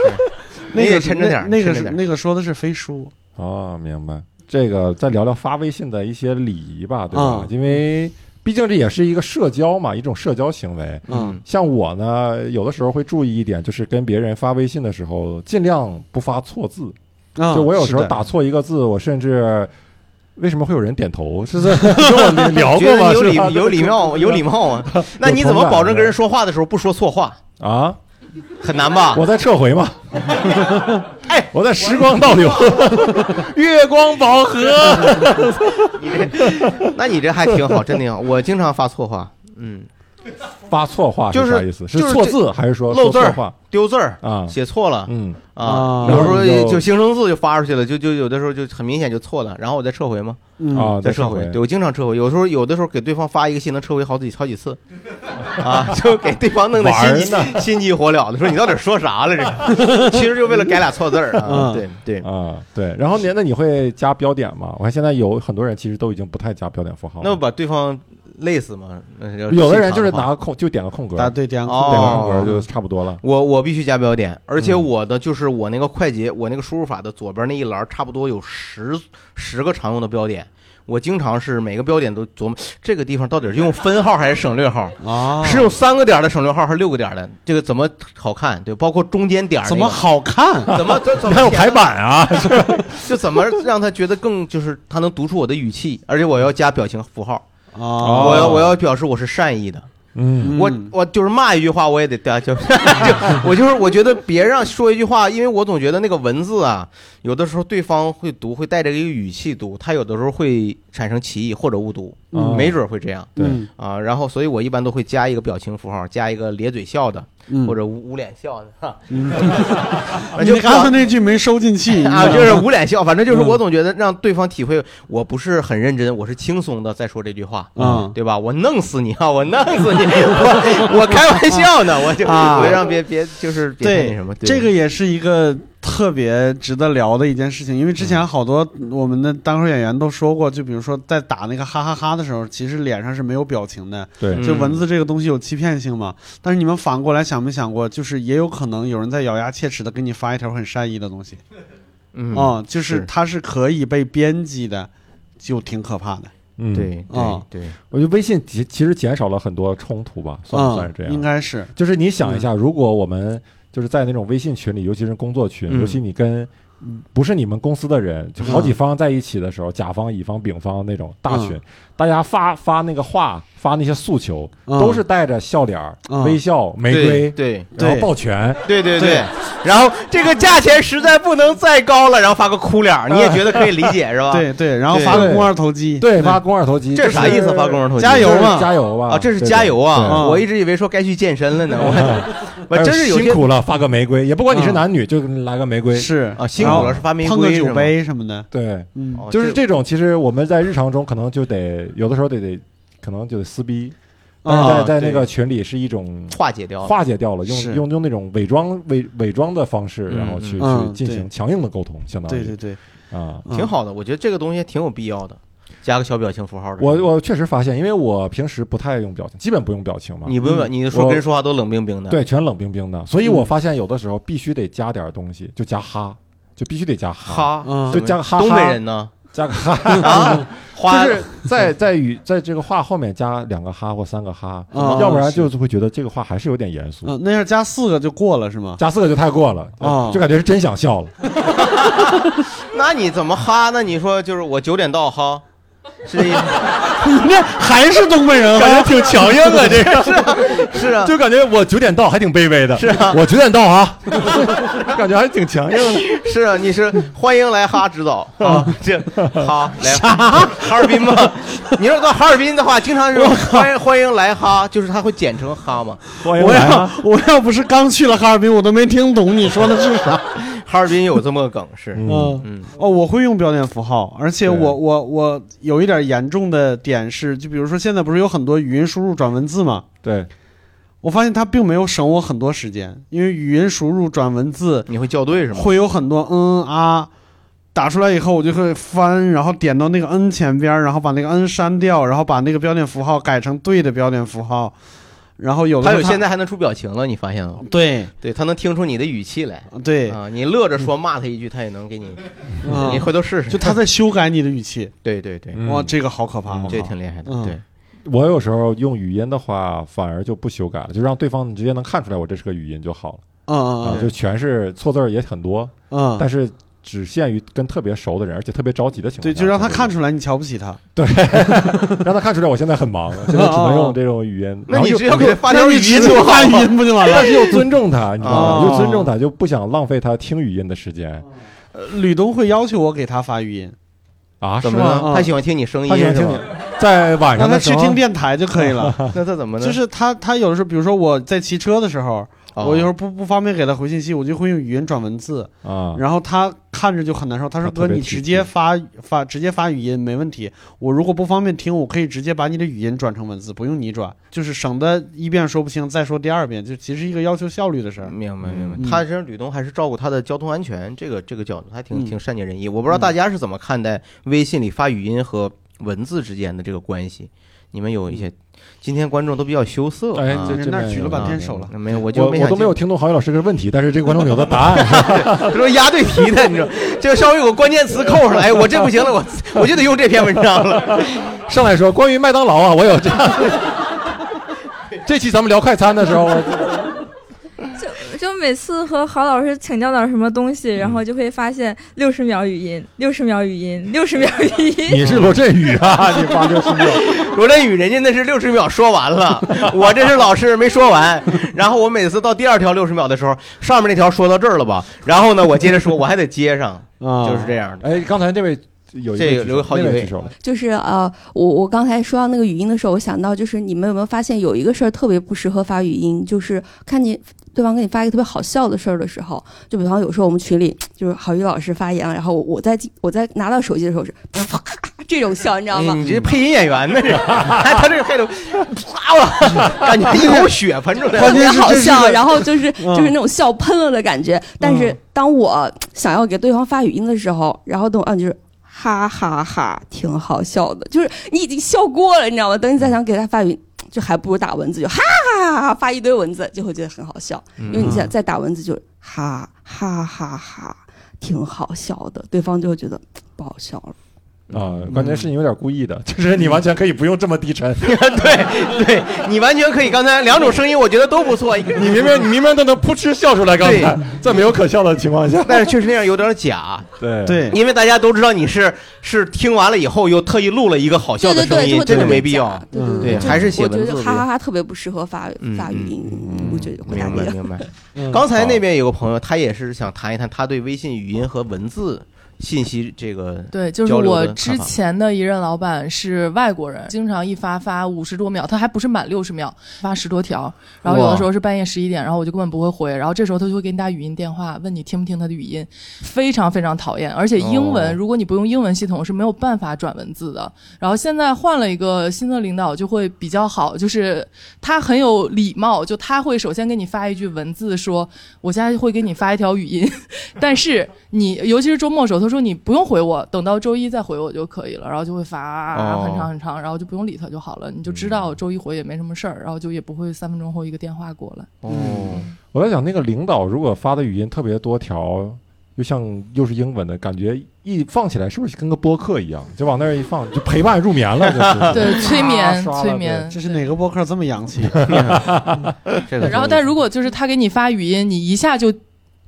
Speaker 3: 你
Speaker 4: 那
Speaker 3: 也
Speaker 4: 个
Speaker 3: 抻着点儿，
Speaker 4: 那那
Speaker 3: 抻着
Speaker 4: 个是
Speaker 3: 点儿
Speaker 4: 那个说的是飞书，
Speaker 2: 哦，明白。这个再聊聊发微信的一些礼仪吧，对
Speaker 3: 啊
Speaker 2: 吧？
Speaker 4: 嗯
Speaker 2: 因为毕竟这也是一个社交嘛，一种社交行为。
Speaker 4: 嗯，
Speaker 2: 像我呢，有的时候会注意一点，就是跟别人发微信的时候，尽量不发错字。
Speaker 4: 啊
Speaker 2: 就我有时候
Speaker 4: 是的
Speaker 2: 打错一个字，我甚至为什么会有人点 头？ 是在跟我们聊
Speaker 3: 觉
Speaker 2: 过吗？
Speaker 3: 得有
Speaker 2: 是吧
Speaker 3: 礼有礼貌有礼貌 啊。那你怎么保证跟人说话的时候不说错话？
Speaker 2: 啊！
Speaker 3: 很难吧？
Speaker 2: 我在撤回嘛，
Speaker 3: 哎，
Speaker 2: 我在时光倒 流，
Speaker 5: 月光宝盒，
Speaker 3: 那你这还挺好，真挺好。我经常发错话，嗯，
Speaker 2: 发错话
Speaker 3: 就是是
Speaker 2: 啥意思？
Speaker 3: 就是
Speaker 2: 错
Speaker 3: 这
Speaker 2: 字还是说
Speaker 3: 漏
Speaker 2: 说
Speaker 3: 字
Speaker 2: 错
Speaker 3: 儿
Speaker 2: 话
Speaker 3: 丢字儿
Speaker 2: 啊？
Speaker 3: 写错了
Speaker 2: 嗯，
Speaker 3: 啊
Speaker 4: 啊，
Speaker 3: 有时候
Speaker 2: 然后你就
Speaker 3: 就形声字就发出去了，就就有的时候就很明显就错了，然后我再撤回嘛，
Speaker 4: 嗯
Speaker 2: 啊，
Speaker 3: 再
Speaker 2: 在
Speaker 3: 撤
Speaker 2: 撤
Speaker 3: 回。对我经常撤回，有时候有的时候给对方发一个信能撤回好几好几 次，啊，就给对方弄得心
Speaker 2: 玩
Speaker 3: 急心急火燎的，说你到底说啥了？这个 其实就为了改俩错字儿啊，
Speaker 4: 嗯
Speaker 3: 对对。
Speaker 2: 啊，对。然后你那你会加标点吗？我看现在有很多人其实都已经不太加标点符号了，
Speaker 3: 那不把对方累死吗？那要
Speaker 2: 有的人就是
Speaker 3: 正常话
Speaker 2: 拿个空就点个空格，
Speaker 4: 答
Speaker 2: 点
Speaker 4: 对点
Speaker 3: 哦
Speaker 2: 个空格就差不多了。
Speaker 3: 我我必须加标点，而且
Speaker 2: 嗯
Speaker 3: 我的就是我那个快捷，我那个输入法的左边那一栏儿差不多有十十个常用的标点。我经常是每个标点都琢磨这个地方到底是用分号还是省略号，
Speaker 2: 哦
Speaker 4: 啊，
Speaker 3: 是用三个点儿的省略号还是六个点儿的，这个怎么好看？对，包括中间点儿
Speaker 4: 怎
Speaker 3: 那
Speaker 4: 么
Speaker 3: 个
Speaker 4: 好看？
Speaker 3: 啊怎么怎怎么
Speaker 2: 还有
Speaker 3: 填
Speaker 2: 排 版啊，
Speaker 3: 就怎么让他觉得更就是他能读出我的语气，而且我要加表情符号，
Speaker 4: 啊，
Speaker 3: 我要我要表示我是善意的。
Speaker 2: 嗯，
Speaker 3: 我
Speaker 4: 嗯
Speaker 3: 我就是骂一句话，我也得掉，就 就我就是我觉得别让说一句话，因为我总觉得那个文字啊，有的时候对方会读，会带着一个语气读，他有的时候会产生歧义或者误读，
Speaker 2: 嗯
Speaker 3: 没准儿会这样
Speaker 2: 对
Speaker 4: 嗯
Speaker 3: 啊。然后，所以我一般都会加一个表情符号，加一个咧嘴笑的
Speaker 4: 嗯，
Speaker 3: 或者捂捂脸笑的，哈
Speaker 4: 嗯
Speaker 3: 啊
Speaker 4: 你
Speaker 3: 就
Speaker 4: 刚才那句没收进去
Speaker 3: 啊，
Speaker 4: 你
Speaker 3: 就是捂脸笑，反正
Speaker 4: 嗯
Speaker 3: 就是我总觉得让对方体会我不是很认真，我是轻松的在说这句话，
Speaker 4: 嗯
Speaker 3: 对吧？我弄死你啊，我弄死你， 我我开玩笑呢，我就
Speaker 4: 啊
Speaker 3: 我让别别就是别太那什么，对
Speaker 4: 这个也是一个特别值得聊的一件事情，因为之前好多我们的单口演员都说过，就比如说在打那个哈哈哈的时候，其实脸上是没有表情的，
Speaker 2: 对
Speaker 3: 嗯，
Speaker 4: 就文字这个东西有欺骗性嘛。但是你们反过来想没想过，就是也有可能有人在咬牙切齿的给你发一条很善意的东西，
Speaker 3: 嗯
Speaker 4: 哦，就是
Speaker 3: 是
Speaker 4: 它是可以被编辑的，就挺可怕的。
Speaker 2: 嗯，
Speaker 3: 对对
Speaker 4: 嗯
Speaker 3: 对，
Speaker 2: 我觉得微信其其实减少了很多冲突吧，算不算是这样？
Speaker 4: 嗯、应该是，
Speaker 2: 就是你
Speaker 3: 嗯
Speaker 2: 想一下，如果我们就是在那种微信群里，尤其是工作群，
Speaker 3: 嗯
Speaker 2: 尤其你跟不是你们公司的人，就好几方在一起的时候，甲方、乙方、丙方那种大
Speaker 3: 嗯
Speaker 2: 群，大家啊发发那个话，发那些诉求，
Speaker 4: 嗯
Speaker 2: 都是带着笑脸儿、
Speaker 4: 嗯
Speaker 2: 微笑、玫
Speaker 3: 对
Speaker 2: 瑰，
Speaker 3: 对
Speaker 2: 然后
Speaker 4: 对
Speaker 2: 抱拳，
Speaker 3: 对对对
Speaker 4: 对，
Speaker 3: 然后这个价钱实在不能再高了，然后发个哭脸儿， 你也觉得可以理 解是吧？，
Speaker 4: 对对，然后
Speaker 3: 对
Speaker 4: 发个
Speaker 2: 对
Speaker 4: 肱二头肌，
Speaker 2: 对，发肱二头肌，
Speaker 3: 这是啥意思？发公众头像
Speaker 4: 加油
Speaker 2: 嘛，
Speaker 4: 嘛嗯
Speaker 2: 加油吧！
Speaker 3: 啊，这是
Speaker 2: 对
Speaker 3: 加油
Speaker 2: 对
Speaker 3: 啊！
Speaker 4: 对
Speaker 3: 我一直以为说该去健身了呢， 我我
Speaker 2: 哎呦
Speaker 3: 真是有些
Speaker 2: 辛苦了，发个玫瑰，也不管你是男女，就来个玫瑰。
Speaker 4: 是
Speaker 3: 啊，辛苦了
Speaker 4: 然
Speaker 3: 是发明
Speaker 4: 后碰个
Speaker 3: 规是
Speaker 4: 酒
Speaker 3: 吗，
Speaker 4: 杯什么的，
Speaker 2: 对，
Speaker 4: 嗯，
Speaker 3: 哦
Speaker 2: 就是这种，其实我们在日常中可能就得有的时候得得，可能就得撕逼，但是
Speaker 4: 啊
Speaker 2: 在在那
Speaker 3: 对
Speaker 2: 个群里是一种
Speaker 3: 化解掉了。
Speaker 2: 化解掉了，用
Speaker 4: 是
Speaker 2: 用用那种伪装伪伪装的方式，
Speaker 3: 嗯
Speaker 2: 然后去
Speaker 4: 嗯
Speaker 2: 去进行
Speaker 4: 对
Speaker 2: 强硬的沟通，相当
Speaker 4: 对对
Speaker 2: 于
Speaker 4: 对，
Speaker 2: 啊。
Speaker 4: 嗯
Speaker 3: 挺好的，我觉得这个东西挺有必要的，加个小表情符号的。
Speaker 2: 我我确实发现，因为我平时不太用表情，基本不用表情嘛，
Speaker 3: 你不用，你说
Speaker 2: 嗯我
Speaker 3: 跟人说话都冷冰冰的。，
Speaker 2: 对全冷冰冰的，所以我发现有的时候必须得加点东西，就加哈，就必须得加哈，
Speaker 3: 哈，
Speaker 4: 嗯
Speaker 2: 就加个哈哈，
Speaker 3: 东北人呢
Speaker 2: 加个哈，
Speaker 3: 啊，花
Speaker 2: 就是在在语在这个话后面加两个哈或三个哈，
Speaker 4: 啊
Speaker 2: 要不然就是会觉得这个话还是有点严肃。
Speaker 4: 嗯，那要加四个就过了是吗？
Speaker 2: 加四个就太过了
Speaker 4: 啊
Speaker 2: 就感觉是真想笑了。
Speaker 3: 那你怎么哈？那你说就是我九点到哈，是这意思？
Speaker 4: 那还是东北人啊，
Speaker 2: 感觉挺强硬 啊，这 个
Speaker 3: 是 啊，
Speaker 2: 就感觉我九点到还挺卑微的，是啊，我九点到啊，感觉还挺强硬的。
Speaker 3: 是啊，你是欢迎来哈指导啊，这哈来哈尔滨 吗？你说到哈尔滨的话，经常是欢迎欢迎来哈，就是他会简称哈嘛。
Speaker 2: 欢迎
Speaker 4: 我
Speaker 2: 来
Speaker 4: 要
Speaker 2: 啊，
Speaker 4: 我要不是刚去了哈尔滨，我都没听懂你说的是啥。
Speaker 3: 哈尔滨有这么个梗是，
Speaker 2: 嗯
Speaker 4: 嗯
Speaker 3: 嗯
Speaker 4: 哦，我会用标点符号，而且
Speaker 2: 对
Speaker 4: 我我我有一点严重的点是，就比如说现在不是有很多语音输入转文字嘛，
Speaker 2: 对，
Speaker 4: 我发现它并没有省我很多时间，因为语音输入转文字
Speaker 3: 你会校对是吗？
Speaker 4: 会有很多嗯啊，打出来以后我就会翻，然后点到那个嗯前边儿，然后把那个嗯删掉，然后把那个标点符号改成对的标点符号，然后有的
Speaker 3: 还
Speaker 4: 时
Speaker 3: 有
Speaker 4: 候它
Speaker 3: 现在还能出表情了，你发现了吗？
Speaker 4: 对
Speaker 3: 对他能听出你的语气来
Speaker 4: 对，
Speaker 3: 啊，你乐着说骂他一句，他也能给你，
Speaker 4: 嗯
Speaker 3: 你回头试试。
Speaker 4: 就他在修改你的语气，
Speaker 3: 对对对，
Speaker 2: 嗯
Speaker 4: 哇，这个好可怕，
Speaker 3: 嗯
Speaker 4: 我
Speaker 3: 这
Speaker 4: 靠
Speaker 3: 挺厉害的，
Speaker 4: 嗯
Speaker 3: 对，
Speaker 2: 我有时候用语音的话，反而就不修改了，就让对方直接能看出来我这是个语音就好了
Speaker 4: 嗯
Speaker 2: 啊，就全是错字儿也很多，
Speaker 4: 嗯嗯
Speaker 2: 但是只限于跟特别熟的人，而且特别着急的情况
Speaker 4: 对，
Speaker 2: 下，
Speaker 4: 就让他看出来你瞧不起他。
Speaker 2: 让他看出来我现在很忙， 现在只能用这种语言。
Speaker 3: 那
Speaker 2: 然后
Speaker 3: 你
Speaker 2: 又
Speaker 3: 直接给他发条
Speaker 4: 那
Speaker 3: 语
Speaker 4: 你直
Speaker 3: 音
Speaker 4: 接
Speaker 3: 就好
Speaker 4: 发语
Speaker 3: 了。
Speaker 4: 音不 就完了？
Speaker 2: 但是又尊重他，你知道
Speaker 4: 哦
Speaker 2: 吗？又尊重他，就不想浪费他听语音的时间
Speaker 3: 哦
Speaker 4: 呃吕东会要求我给他发语音，
Speaker 2: 啊？
Speaker 3: 怎
Speaker 2: 是
Speaker 3: 么
Speaker 2: 吗？
Speaker 3: 了？他喜欢听你声音
Speaker 2: 他喜欢
Speaker 3: 是
Speaker 2: 听你
Speaker 3: 吗？
Speaker 2: 在晚
Speaker 4: 让
Speaker 2: 上
Speaker 4: 他
Speaker 2: 的时
Speaker 4: 去
Speaker 2: 候
Speaker 4: 听电台就可以 了。
Speaker 3: 那他怎么呢？
Speaker 4: 就是他，他有的时候，比如说我在骑车的时候，
Speaker 3: 哦
Speaker 4: 我有时候不不方便给他回信息，我就会用语音转文字，
Speaker 2: 啊，
Speaker 4: 然后他看着就很难受。他说：“
Speaker 2: 他特
Speaker 4: 哥，
Speaker 2: 别
Speaker 4: 你
Speaker 2: 体
Speaker 4: 直
Speaker 2: 贴
Speaker 4: 接发发直接发语音没问题，我如果不方便听，我可以直接把你的语音转成文字，不用你转，就是省得一遍说不清再说第二遍，就其实一个要求效率的事儿。
Speaker 3: 明白
Speaker 2: 嗯
Speaker 3: 明白，
Speaker 4: 嗯
Speaker 3: 他其实吕东还是照顾他的交通安全，嗯这个这个角度还挺
Speaker 4: 嗯
Speaker 3: 挺善解人意。我不知道
Speaker 4: 嗯
Speaker 3: 大家是怎么看待微信里发语音和文字之间的这个关系，你们有一些今天观众都比较羞涩
Speaker 2: 哎
Speaker 3: 啊
Speaker 2: 这，
Speaker 4: 嗯那那
Speaker 2: 边
Speaker 4: 举了
Speaker 2: 有
Speaker 4: 半
Speaker 3: 啊
Speaker 4: 天手了，
Speaker 3: 没有，我就
Speaker 2: 我
Speaker 3: 没
Speaker 2: 我
Speaker 3: 想
Speaker 2: 都没有听懂郝宇老师这个问题，但是这个观众有的答案，
Speaker 3: 这都是押对题的，你知道，这个稍微有个关键词扣上来，哎我这不行了，我我就得用这篇文章了。
Speaker 2: 上来说关于麦当劳啊，我 有这。这期咱们聊快餐的时候，我
Speaker 7: 就每次和郝老师请教点什么东西，然后就会发现六十秒语音，六十秒语音，六十秒语音。
Speaker 2: 你是罗振宇 啊，你发这是
Speaker 3: 罗振宇人家那是六十秒说完了，我这是老师没说完。然后我每次到第二条六十秒的时候，上面那条说到这儿了吧？然后呢，我接着说，我还得接 上，
Speaker 4: 啊，
Speaker 3: 就是这样的。
Speaker 2: 哎，刚才这位有一
Speaker 3: 这
Speaker 2: 位
Speaker 3: 个
Speaker 2: 举
Speaker 3: 留
Speaker 2: 手
Speaker 3: 好几
Speaker 2: 那
Speaker 3: 位
Speaker 2: 举手了，
Speaker 8: 就是呃，我我刚才说到那个语音的时候，我想到就是你们有没有发现有一个事儿特别不适合发语音，就是看见对方给你发一个特别好笑的事儿的时候，就比方有时候我们群里就是郝宇老师发言了，然后我我在我在拿到手机的时候是这种笑，你知道
Speaker 3: 哎
Speaker 8: 吗？
Speaker 3: 你这配音演员呢？这，哎， 他这个态度，啪了，感 觉一口血喷出来
Speaker 8: 特
Speaker 3: 了。
Speaker 8: 别好
Speaker 4: 关键是这
Speaker 8: 笑，
Speaker 4: 是
Speaker 8: 然后就是
Speaker 4: 嗯
Speaker 8: 就是那种笑喷了的感
Speaker 3: 嗯
Speaker 8: 觉。但是当我想要给对方发语音的时候，然后等我按就是哈哈哈挺好笑的，就是你已经笑过了，你知道吗？等你再想给他发语音，就还不如打文字，就哈哈哈哈发一堆文字，就会觉得很好笑，
Speaker 3: 嗯
Speaker 8: 因为你现在再打文字就哈哈哈哈挺好笑的，对方就会觉得不好笑了。
Speaker 2: 啊，关键是你有点故意的，就是你完全可以不用这么低沉，
Speaker 3: 对对， 你完全可以，刚才两种声音我觉得都不错，一个
Speaker 2: 你明明你明明都能噗嗤笑出来，刚才在没有可笑的情况下，
Speaker 3: 但是确实那样有点假，
Speaker 2: 对，
Speaker 4: 对。
Speaker 3: 因为大家都知道你是是听完了以后又特意录了一个好笑的
Speaker 8: 对对
Speaker 3: 声
Speaker 8: 对，就
Speaker 3: 音，
Speaker 8: 会
Speaker 3: 这
Speaker 8: 特
Speaker 3: 个
Speaker 8: 别
Speaker 3: 没必
Speaker 8: 假
Speaker 3: 要。
Speaker 8: 对
Speaker 4: 嗯
Speaker 8: 对
Speaker 3: 对还是写
Speaker 8: 我
Speaker 3: 文
Speaker 8: 觉
Speaker 3: 字
Speaker 8: 得
Speaker 3: 比较
Speaker 8: 哈哈哈特别不适合发
Speaker 3: 嗯
Speaker 8: 发语音，
Speaker 3: 嗯
Speaker 8: 我觉得回答
Speaker 3: 明
Speaker 8: 这
Speaker 3: 白
Speaker 8: 个。
Speaker 3: 明白。
Speaker 4: 嗯
Speaker 3: 刚才那边有个朋友，他也是想谈一谈他对微信语音和文字信息这个
Speaker 9: 对，就是
Speaker 3: 交流的
Speaker 9: 我
Speaker 3: 看
Speaker 9: 之
Speaker 3: 法
Speaker 9: 前的一任老板是外国人，经常一发发五十多秒，他还不是满六十秒，发十多条，然后有
Speaker 3: 哇
Speaker 9: 的时候是半夜十一点，然后我就根本不会回，然后这时候他就会给你打语音电话，问你听不听他的语音，非常非常讨厌。而且英文，
Speaker 3: 哦
Speaker 9: 如果你不用英文系统是没有办法转文字的。然后现在换了一个新的领导就会比较好，就是他很有礼貌，就他会首先给你发一句文字说，我现在会给你发一条语音， 但是你尤其是周末的时候，他说你不用回我，等到周一再回我就可以了，然后就会发啊
Speaker 3: 哦嗯
Speaker 9: 很长很长，然后就不用理他就好了，你就知道周一回也没什么事儿，然后就也不会三分钟后一个电话过来。
Speaker 3: 哦，
Speaker 2: 我在想，那个领导如果发的语音特别多条，又像又是英文的，感觉一放起来是不是跟个播客一样？就往那儿一放，就陪伴入眠了，就 是。
Speaker 9: 对，催
Speaker 4: 啊
Speaker 9: 眠
Speaker 2: 刷了
Speaker 9: 催
Speaker 2: 对
Speaker 9: 眠
Speaker 4: 这。是哪个播客这么洋气？啊
Speaker 3: 这个
Speaker 9: 对然后，但如果就是他给你发语音，你一下就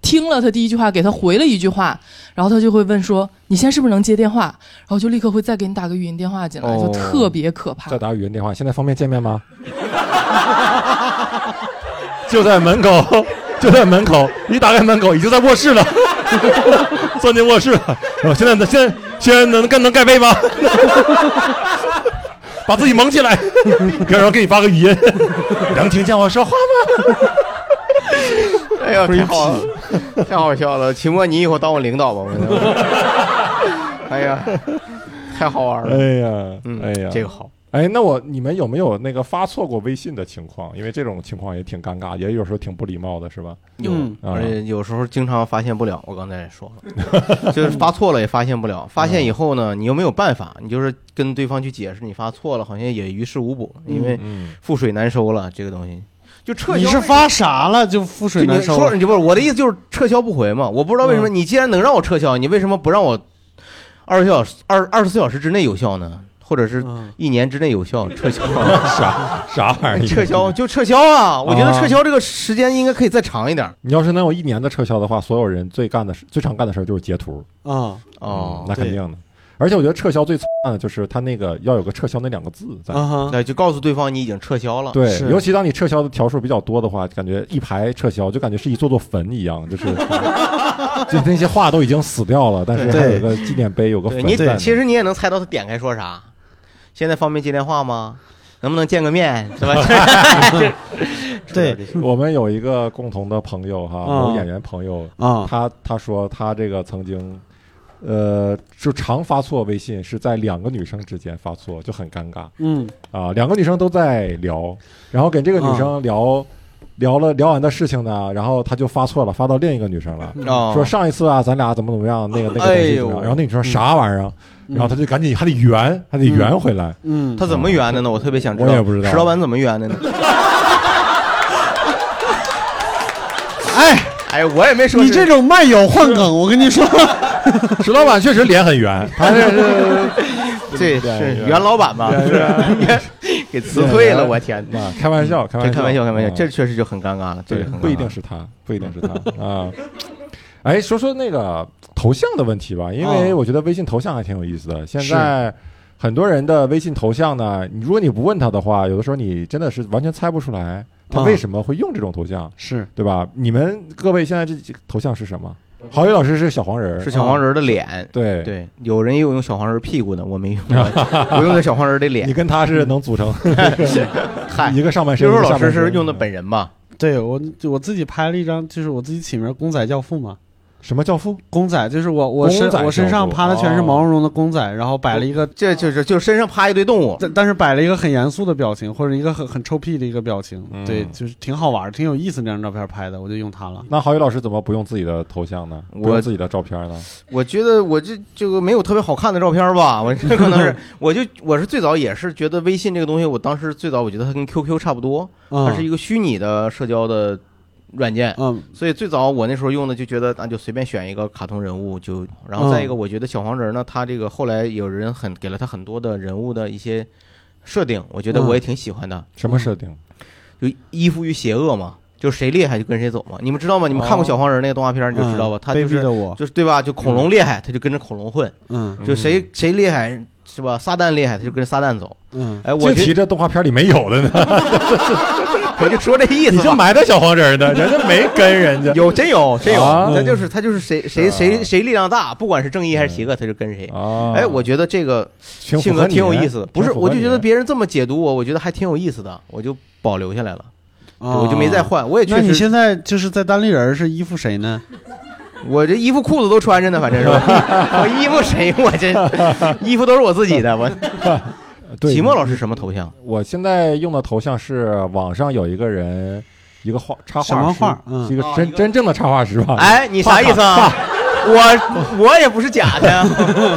Speaker 9: 听了他第一句话，给他回了一句话，然后他就会问说：“你现在是不是能接电话？”然后就立刻会再给你打个语音电话进来，
Speaker 3: 哦
Speaker 9: 就特别可怕
Speaker 2: 再。打语音电话，现在方便见面吗？ 就在门口， 就在门口，一打开门口已经在卧室了， 钻进卧室了。哦，现在能现在现在能能能盖被吗？ 把自己蒙起来， 然后给你发个语音， 能听见我说话吗？
Speaker 3: 哎呀，太好了，太好笑了！秦墨，你以后当我领导吧，我。 哎呀，太好玩了。
Speaker 2: 哎呀，
Speaker 3: 嗯，
Speaker 2: 哎呀，
Speaker 3: 这个好。
Speaker 2: 哎，那我你们有没有那个发错过微信的情况？因为这种情况也挺尴尬，也有时候挺不礼貌的，是吧？
Speaker 3: 有
Speaker 4: 嗯，
Speaker 2: 啊
Speaker 3: 而且有时候经常发现不了。我刚才也说了，就是
Speaker 4: 嗯
Speaker 3: 发错了也发现不了，发现以后呢，你又没有办法，你就是跟对方去解释你发错了，好像也于事无补，因为
Speaker 2: 嗯，
Speaker 3: 覆水难收了，这个东西就撤销。
Speaker 4: 你是发啥了就覆水
Speaker 3: 就你
Speaker 4: 难收
Speaker 3: 说
Speaker 4: 了？
Speaker 3: 你不是我的意思就是撤销不回嘛？我不知道为
Speaker 4: 嗯
Speaker 3: 什么你既然能让我撤销，你为什么不让我二十四小时二二十四小时之内有效呢？或者是
Speaker 4: 嗯
Speaker 3: 一年之内有效撤销。
Speaker 2: 啥啥玩意儿？
Speaker 3: 撤销就撤销啊！我觉得
Speaker 2: 啊
Speaker 3: 撤销这个时间应该可以再长一点。
Speaker 2: 你要是能有一年的撤销的话，所有人最干的事、最常干的事儿就是截图。
Speaker 4: 啊
Speaker 2: 嗯
Speaker 3: 哦，
Speaker 2: 那肯
Speaker 4: 对
Speaker 2: 定的。而且我觉得撤销最惨的就是他那个要有个撤销那两个字在。
Speaker 4: 啊哈，
Speaker 3: 那哎就告诉对方你已经撤销了。
Speaker 2: 对，
Speaker 4: 是
Speaker 2: 尤其当你撤销的条数比较多的话，感觉一排撤销就感觉是一座座坟一 样，就是 就那些话都已经死掉了，但是还有
Speaker 4: 对
Speaker 2: 个纪念碑，有个
Speaker 3: 对
Speaker 2: 坟
Speaker 3: 你
Speaker 2: 在那儿。
Speaker 3: 其实你也能猜到他点开说啥。现在方便接电话吗？能不能见个面？ 是吧？
Speaker 4: 对
Speaker 2: 我们有一个共同的朋友哈，
Speaker 4: 啊
Speaker 2: 有演员朋友，
Speaker 4: 啊
Speaker 2: 他他说他这个曾经，呃，就常发错微信，是在两个女生之间发错，就很尴尬
Speaker 4: 嗯
Speaker 2: 啊。两个女生都在聊，然后跟这个女
Speaker 4: 啊
Speaker 2: 生聊、聊了聊完的事情呢，然后他就发错了，发到另一个女生了，
Speaker 3: 哦，
Speaker 2: 说上一次啊，咱俩怎么怎么样，那个那个
Speaker 3: 哎
Speaker 2: 东西
Speaker 3: 呦嗯
Speaker 2: 怎么样，然后那女生说啥玩意儿啊，然后他就赶紧还得圆，还得圆回来。
Speaker 4: 嗯，
Speaker 3: 他怎么圆的呢？我特别想知道。
Speaker 2: 我也不知道
Speaker 3: 石老板怎么圆的呢？哎哎， 我也没说
Speaker 4: 你这种卖友换梗，我跟 你说，
Speaker 2: 石老板确实脸很圆，他这是
Speaker 3: 这是袁老板吧？给辞退了，我 天哪！
Speaker 2: 啊，开玩笑，开玩
Speaker 3: 这
Speaker 2: 笑，
Speaker 3: 开玩笑，开玩笑，
Speaker 2: 嗯
Speaker 3: 这确实就很尴尬了，这
Speaker 2: 对，
Speaker 3: 个很
Speaker 2: 不一
Speaker 3: 尴尬
Speaker 2: 定是他，不一定是他啊。哎，说说那个头像的问题吧，因为
Speaker 4: 哦
Speaker 2: 我觉得微信头像还挺有意思的。现
Speaker 4: 是
Speaker 2: 在很多人的微信头像呢，你如果你不问他的话，有的时候你真的是完全猜不出来他
Speaker 4: 啊
Speaker 2: 为什么会用这种头像，
Speaker 4: 是
Speaker 2: 对吧？你们各位现在这几个头像是什么？郝宇老师是小黄人儿，
Speaker 3: 嗯
Speaker 2: 啊
Speaker 3: 是小黄人的脸。
Speaker 2: 嗯对。
Speaker 3: 对，有人也有用小黄人屁股的，我 没用，我用的小黄人的
Speaker 2: 你
Speaker 3: 脸。
Speaker 2: 跟他是能 组成
Speaker 3: 嗨，
Speaker 2: 一个上半身。
Speaker 3: 六叔
Speaker 2: 一
Speaker 3: 老
Speaker 2: 个下
Speaker 3: 师
Speaker 2: 半身
Speaker 3: 是用的本人吧？
Speaker 4: 对我我自己拍了一张，就是我自己起名“公仔教父”嘛。
Speaker 2: 什么教父？
Speaker 4: 公仔就是我，我身
Speaker 2: 公仔
Speaker 4: 我身上趴的全是毛茸茸的公仔，然后摆了一个，
Speaker 3: 哦这就是就身上趴一堆动物，
Speaker 4: 但但是摆了一个很严肃的表情，或者一个很很臭屁的一个表情，
Speaker 2: 嗯
Speaker 4: 对，就是挺好玩儿，挺有意思。那张照片拍的，我就用它了。
Speaker 2: 那郝宇老师怎么不用自己的头像呢？不
Speaker 3: 我
Speaker 2: 用自己的照片呢？
Speaker 3: 我觉得我这这个没有特别好看的照片 吧，我这可能是，我就我是最早也是觉得微信这个东西，我当时最早我觉得它跟 QQ 差不多，它是一
Speaker 4: 嗯
Speaker 3: 个虚拟的社交的软件，
Speaker 4: 嗯
Speaker 3: 所以最早我那时候用的就觉得那就随便选一个卡通人物就，然后再
Speaker 4: 嗯
Speaker 3: 一个我觉得小黄人呢，他这个后来有人很给了他很多的人物的一些设定，我觉得
Speaker 4: 嗯
Speaker 3: 我也挺喜欢的，
Speaker 2: 什么设定？
Speaker 3: 就依附于邪恶嘛，就谁厉害就跟谁走嘛，你们知
Speaker 2: 哦
Speaker 3: 道吗？你们看过小黄人那个动画片儿你就知道吧，他
Speaker 2: 嗯
Speaker 3: 就
Speaker 4: 卑鄙
Speaker 3: 是
Speaker 4: 的我，
Speaker 3: 就是对吧？就恐龙厉害，他就跟着恐龙混。
Speaker 4: 嗯
Speaker 3: 就谁谁厉害是吧？撒旦厉害，他就跟撒旦走。
Speaker 4: 嗯，
Speaker 3: 哎，我
Speaker 2: 净提
Speaker 3: 就
Speaker 2: 这动画片里没有的呢。
Speaker 3: 我就说这意
Speaker 2: 你
Speaker 3: 思
Speaker 2: 就
Speaker 3: 吧。
Speaker 2: 埋汰小黄人儿的，人家没跟人家
Speaker 3: 有真有真有，
Speaker 2: 啊
Speaker 3: 他就是他就是谁谁谁谁力量大，不管是正义还是邪恶，他就跟谁。
Speaker 2: 嗯啊
Speaker 3: 哎，我觉得这个
Speaker 2: 挺
Speaker 3: 性
Speaker 2: 符
Speaker 3: 格
Speaker 2: 合
Speaker 3: 挺有
Speaker 2: 你
Speaker 3: 意思的，不是？
Speaker 2: 挺符合
Speaker 3: 我就觉得
Speaker 2: 你
Speaker 3: 别人这么解读我，我觉得还挺有意思的，我就保留下来了，
Speaker 4: 啊
Speaker 3: 我就没再。换。我也
Speaker 4: 那
Speaker 3: 确
Speaker 4: 你
Speaker 3: 实，
Speaker 4: 现在就是在单立人是依附谁呢？
Speaker 3: 我这衣服裤子都穿着呢，反正是吧？ 我衣服谁？我 这衣服都是我自己的。我
Speaker 2: 对
Speaker 3: 齐墨老师什么头像？
Speaker 2: 我现在用的头像是网上有一个人，一个画插画
Speaker 4: 小漫
Speaker 2: 师
Speaker 4: 画嗯
Speaker 2: 是一个
Speaker 3: 哦一
Speaker 2: 真
Speaker 3: 个
Speaker 2: 真正的插画师吧？
Speaker 3: 哎， 你啥意思啊？我我也不是假的呀。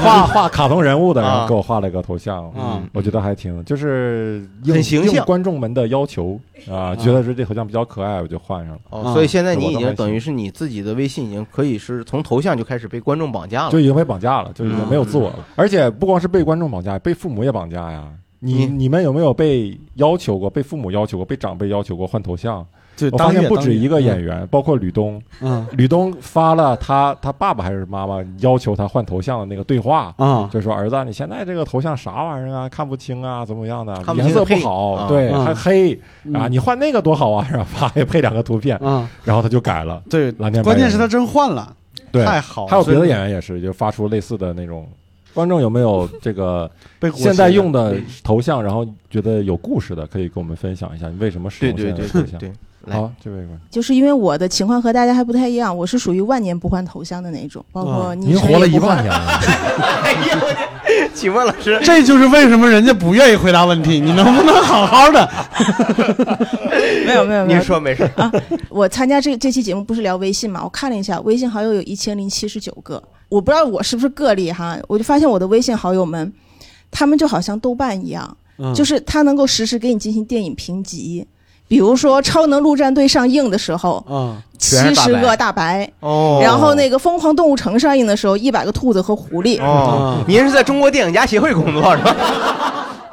Speaker 2: 画画卡通人物的，然后
Speaker 3: 啊
Speaker 2: 给我画了一个头像，
Speaker 4: 嗯
Speaker 2: 我觉得还挺就是应
Speaker 3: 很形象
Speaker 2: 应观众们的要求啊，觉得说这头像比较可爱，我就换上了。
Speaker 3: 哦，
Speaker 4: 啊
Speaker 3: 所以现在
Speaker 2: 我
Speaker 3: 你已
Speaker 2: 倒
Speaker 3: 经
Speaker 2: 还
Speaker 3: 等于
Speaker 2: 行
Speaker 3: 是你自己的微信已经可以是从头像就开始被观众绑架了
Speaker 2: 就。已经被绑架了，就已经
Speaker 3: 嗯
Speaker 2: 没有自我了。而且不光是被观众绑架，被父母也绑架呀。你
Speaker 3: 嗯
Speaker 2: 你们有没有被要求过？被父母要求过？被长辈要求过换头像？
Speaker 4: 对，
Speaker 2: 我发现不止一
Speaker 3: 嗯
Speaker 2: 个演
Speaker 4: 员，
Speaker 2: 员，包括吕东。
Speaker 4: 嗯
Speaker 2: 吕东发了他他爸爸还是妈妈要求他换头像的那个对话，
Speaker 4: 啊，
Speaker 2: 就说儿子啊，你现在这个头像啥玩意儿啊？看不清啊，怎么样的？
Speaker 3: 看不清
Speaker 2: 颜色不
Speaker 3: 配
Speaker 2: 好，
Speaker 3: 啊
Speaker 2: 对，
Speaker 4: 嗯
Speaker 2: 还黑
Speaker 4: 嗯
Speaker 2: 啊！你换那个多好啊！然后啪也配两个图片，
Speaker 4: 啊，
Speaker 2: 然后他就改了。
Speaker 4: 对，
Speaker 2: 蓝天白
Speaker 4: 关键
Speaker 2: 云
Speaker 4: 是他真换了，
Speaker 2: 对，
Speaker 4: 太好了。
Speaker 2: 还有别的
Speaker 4: 真
Speaker 2: 演员也是，就发出类似的那种。观众有没有这个
Speaker 4: 被裹挟
Speaker 2: 现在用的头像，然后觉得有故事的，可以跟我们分享一下，你为什么使
Speaker 3: 对
Speaker 2: 用
Speaker 3: 对
Speaker 2: 现
Speaker 3: 对
Speaker 2: 在的
Speaker 3: 对
Speaker 2: 头像？
Speaker 3: 对，来，
Speaker 2: 好，这位观众，
Speaker 10: 就是因为我的情况和大家还不太一样，我是属于万年不换头像的那种，包括
Speaker 4: 啊
Speaker 10: 昵
Speaker 2: 您
Speaker 10: 称
Speaker 2: 活了
Speaker 10: 也
Speaker 2: 一
Speaker 10: 不换
Speaker 2: 万年 了，
Speaker 3: 哎呀，我这， 请问老师，
Speaker 4: 这就是为什么人家不愿意回答问题。你能不能好好 的？
Speaker 10: 没有没有没
Speaker 3: 您
Speaker 10: 有。
Speaker 3: 说没事，
Speaker 10: 我参加这这期节目不是聊微信嘛？我看了一下，微信好友有一千零七十九个，我不知道我是不是个例哈，我就发现我的微信好友们，他们就好像豆瓣一样，
Speaker 4: 嗯
Speaker 10: 就是它能够实时给你进行电影评级。比如说《超能陆战队》上映的时候，
Speaker 4: 啊，
Speaker 10: 七
Speaker 4: 全是大
Speaker 10: 十
Speaker 4: 白
Speaker 10: 个大白，
Speaker 3: 哦
Speaker 10: 然后那个《疯狂动物城》上映的时候，一百个兔子和狐狸。嗯
Speaker 3: 哦，您是在中国电影家协会工作是吧？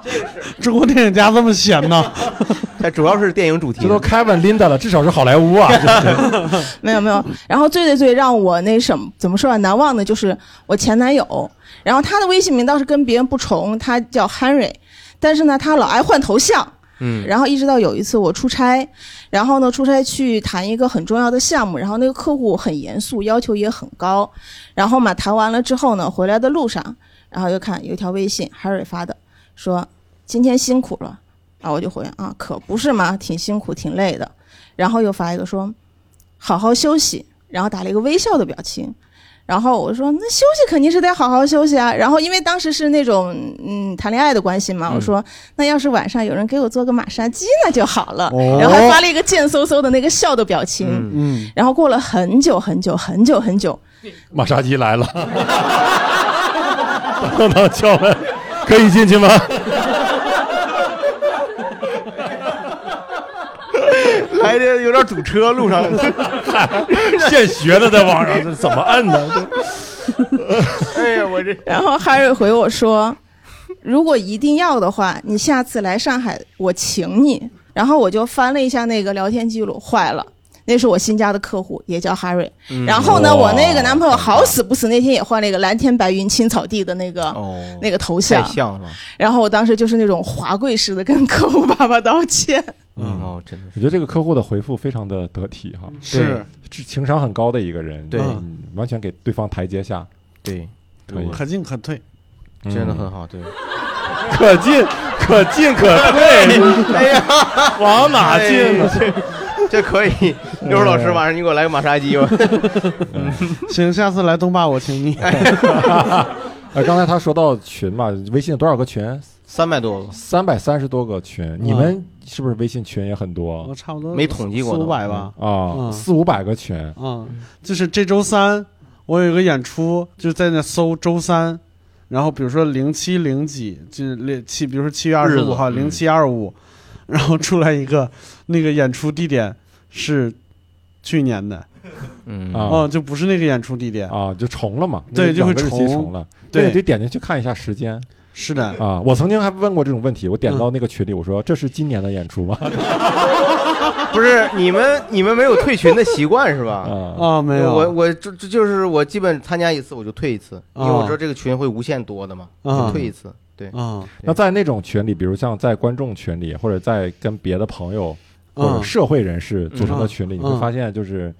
Speaker 4: 中国电影家这么闲呢？
Speaker 3: 它主要是电影主题。
Speaker 2: 这都开稳 Linda 了，至少是好 莱坞啊。
Speaker 10: 没有没有。然后最最最让我那什么怎么说啊难忘的就是我前男友，然后他的微信名倒是跟别人不重，他叫 Henry，但是呢他老爱换头像。
Speaker 11: 嗯
Speaker 10: 然后一直到有一次我出差，然后呢出差去谈一个很重要的项目，然后那个客户很严肃，要求也很高，然后嘛谈完了之后呢，回来的路上，然后又看有一条微信 Harry 发的，说今天辛苦了，然后我就回啊可不是嘛，挺辛苦挺累的，然后又发一个说好好休息，然后打了一个微笑的表情。然后我说，那休息肯定是得好好休息啊。然后因为当时是那种嗯谈恋爱的关系嘛，我说那要是晚上有人给我做个马杀鸡那就好了。
Speaker 11: 哦
Speaker 10: 然后还发了一个贱嗖嗖的那个笑的表情。
Speaker 2: 嗯，
Speaker 10: 然后过了很久很久很久很久，
Speaker 2: 马杀鸡来了，等等敲门，可以进去吗？
Speaker 3: 来的有点堵车， 路上
Speaker 2: 现学的，在网上这怎么摁呢？
Speaker 3: 哎呀，我这
Speaker 10: 然后 Harry 回我说：“如果一定要的话，你下次来上海，我请你。”然后我就翻了一下那个聊天记录，坏了，那是我新加的客户，也叫 Harry
Speaker 11: 嗯。
Speaker 10: 然后呢，
Speaker 11: 哇
Speaker 10: 我那个男朋友好死不死那天也换了一个蓝天白云青草地的那个那个头
Speaker 3: 太
Speaker 10: 像，
Speaker 3: 像了。
Speaker 10: 然后我当时就是那种华贵式的跟客户爸爸道歉。
Speaker 3: 嗯，哦，真的
Speaker 2: 我觉得这个客户的回复非常的得体哈，
Speaker 4: 是
Speaker 2: 对情商很高的一个人，
Speaker 3: 对
Speaker 2: 嗯完全给对方台阶下，
Speaker 3: 对，
Speaker 2: 可以，
Speaker 4: 可进可退，
Speaker 2: 嗯
Speaker 3: 真的很好， 对。
Speaker 2: 可 进可进可退，
Speaker 3: 哎呀，
Speaker 2: 往哪进
Speaker 3: 呢
Speaker 2: 呢？嗯
Speaker 3: 这这可以，刘老师，晚上你给我来个马杀鸡 吧。
Speaker 4: 行，下次来东坝我请你。
Speaker 2: 呃，刚才他说到群嘛，微信有多少个群？
Speaker 3: 三百多个，
Speaker 2: 三百三十多个群，你们是不是微信群也很多
Speaker 4: 我？差不多
Speaker 3: 没统计过
Speaker 4: 嗯四
Speaker 3: 呢
Speaker 4: 五百吧。
Speaker 2: 啊，
Speaker 4: 嗯
Speaker 2: 四五百个群，
Speaker 4: 嗯，就是这周三我有一个演出，就在那搜周三，然后比如说零七零几，就是零七，比如说七月二十五号
Speaker 3: 日子嗯
Speaker 4: 零七二五，然后出来一个那个演出地点是去年的，
Speaker 3: 嗯
Speaker 2: 啊
Speaker 4: 嗯，就不是那个演出地点。
Speaker 2: 啊，就重了嘛，
Speaker 4: 对
Speaker 2: 那
Speaker 4: 就
Speaker 2: 个
Speaker 4: 会
Speaker 2: 两个日期
Speaker 4: 重
Speaker 2: 重了，
Speaker 4: 对
Speaker 2: 那你得点进去看一下时间
Speaker 4: 是的，
Speaker 2: 啊。我曾经还问过这种问题，我点
Speaker 3: 嗯
Speaker 2: 到那个群里，我说这是今年的演出吗？
Speaker 3: 不是你们，你们没有退群的 习惯是吧？
Speaker 4: 啊，没有，
Speaker 3: 我我就就就是我基本参加一次我就退一次，因为我
Speaker 4: 啊
Speaker 3: 知道这个群会无限多的嘛，
Speaker 4: 啊
Speaker 3: 就退一次。对，
Speaker 4: 啊，
Speaker 2: 那在那种群里，比如像在观众群里，或者在跟别的朋友
Speaker 4: 嗯
Speaker 2: 或者社会人士组成的群里，
Speaker 4: 嗯
Speaker 2: 你会发现就是。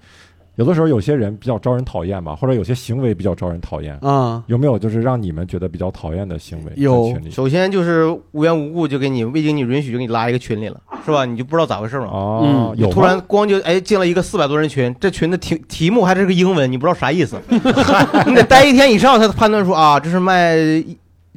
Speaker 2: 有的时候有些人比较招人讨厌吧，或者有些行为比较招人讨厌
Speaker 4: 啊
Speaker 2: 有没有就是让你们觉得比较讨厌的行为？
Speaker 4: 有
Speaker 2: 群里
Speaker 3: 首先就是无缘无故就给你未经你允许就给你拉一个群里了，是吧？你就不知道咋回事了。
Speaker 2: 哦，
Speaker 3: 你
Speaker 2: 有
Speaker 3: 突
Speaker 2: 吗
Speaker 3: 然光就哎进了一个四百多人群，这群的题题目还是个英文，你不知道啥意 思，你得待一天以上才判断出啊，这是卖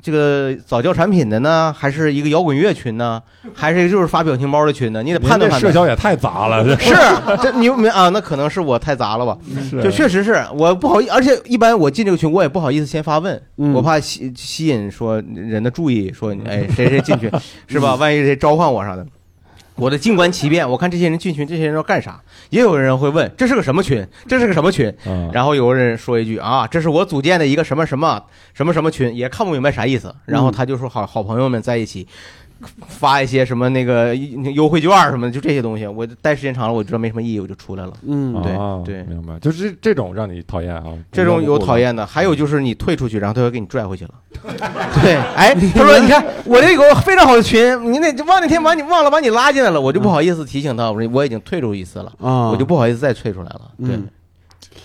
Speaker 3: 这个早教产品的呢，还是一个摇滚乐群呢，还是一个就是发表情包的群呢？你得判断
Speaker 2: 您这
Speaker 3: 判
Speaker 2: 社
Speaker 3: 断。
Speaker 2: 交也太杂了，这
Speaker 3: 是这你们啊，那可能是我太杂了吧？
Speaker 2: 是
Speaker 3: 就确实是我不好意，而且一般我进这个群，我也不好意思先发问，
Speaker 4: 嗯
Speaker 3: 我怕吸吸引说人的注意，说哎谁谁进去是吧？万一谁召唤我啥的，我得静观其变。我看这些人进群，这些人要干啥？也有人会问这是个什么群，这是个什么群？
Speaker 2: 嗯
Speaker 3: 然后有个人说一句啊，这是我组建的一个什么什么什么什么群，也看不明白啥意思。然后他就说好好朋友们在一起。发一些什么那个优惠券什么的，就这些东西，我待时间长了，我知道没什么意义，我就出来了。
Speaker 4: 嗯
Speaker 3: 对
Speaker 2: 啊
Speaker 3: 对
Speaker 2: 明白，就是这这种让你讨厌啊，
Speaker 3: 这种有讨厌的，还有就是你退出去，然后他又给你拽回去 了。对，哎，他说：“你看，我这有个非常好的群，你那忘那天把你忘了把你拉进来了，我就不好意思提醒他，我说我已经退出一次了，
Speaker 4: 啊
Speaker 3: 我就不好 意思再退出来了。”对
Speaker 4: 嗯，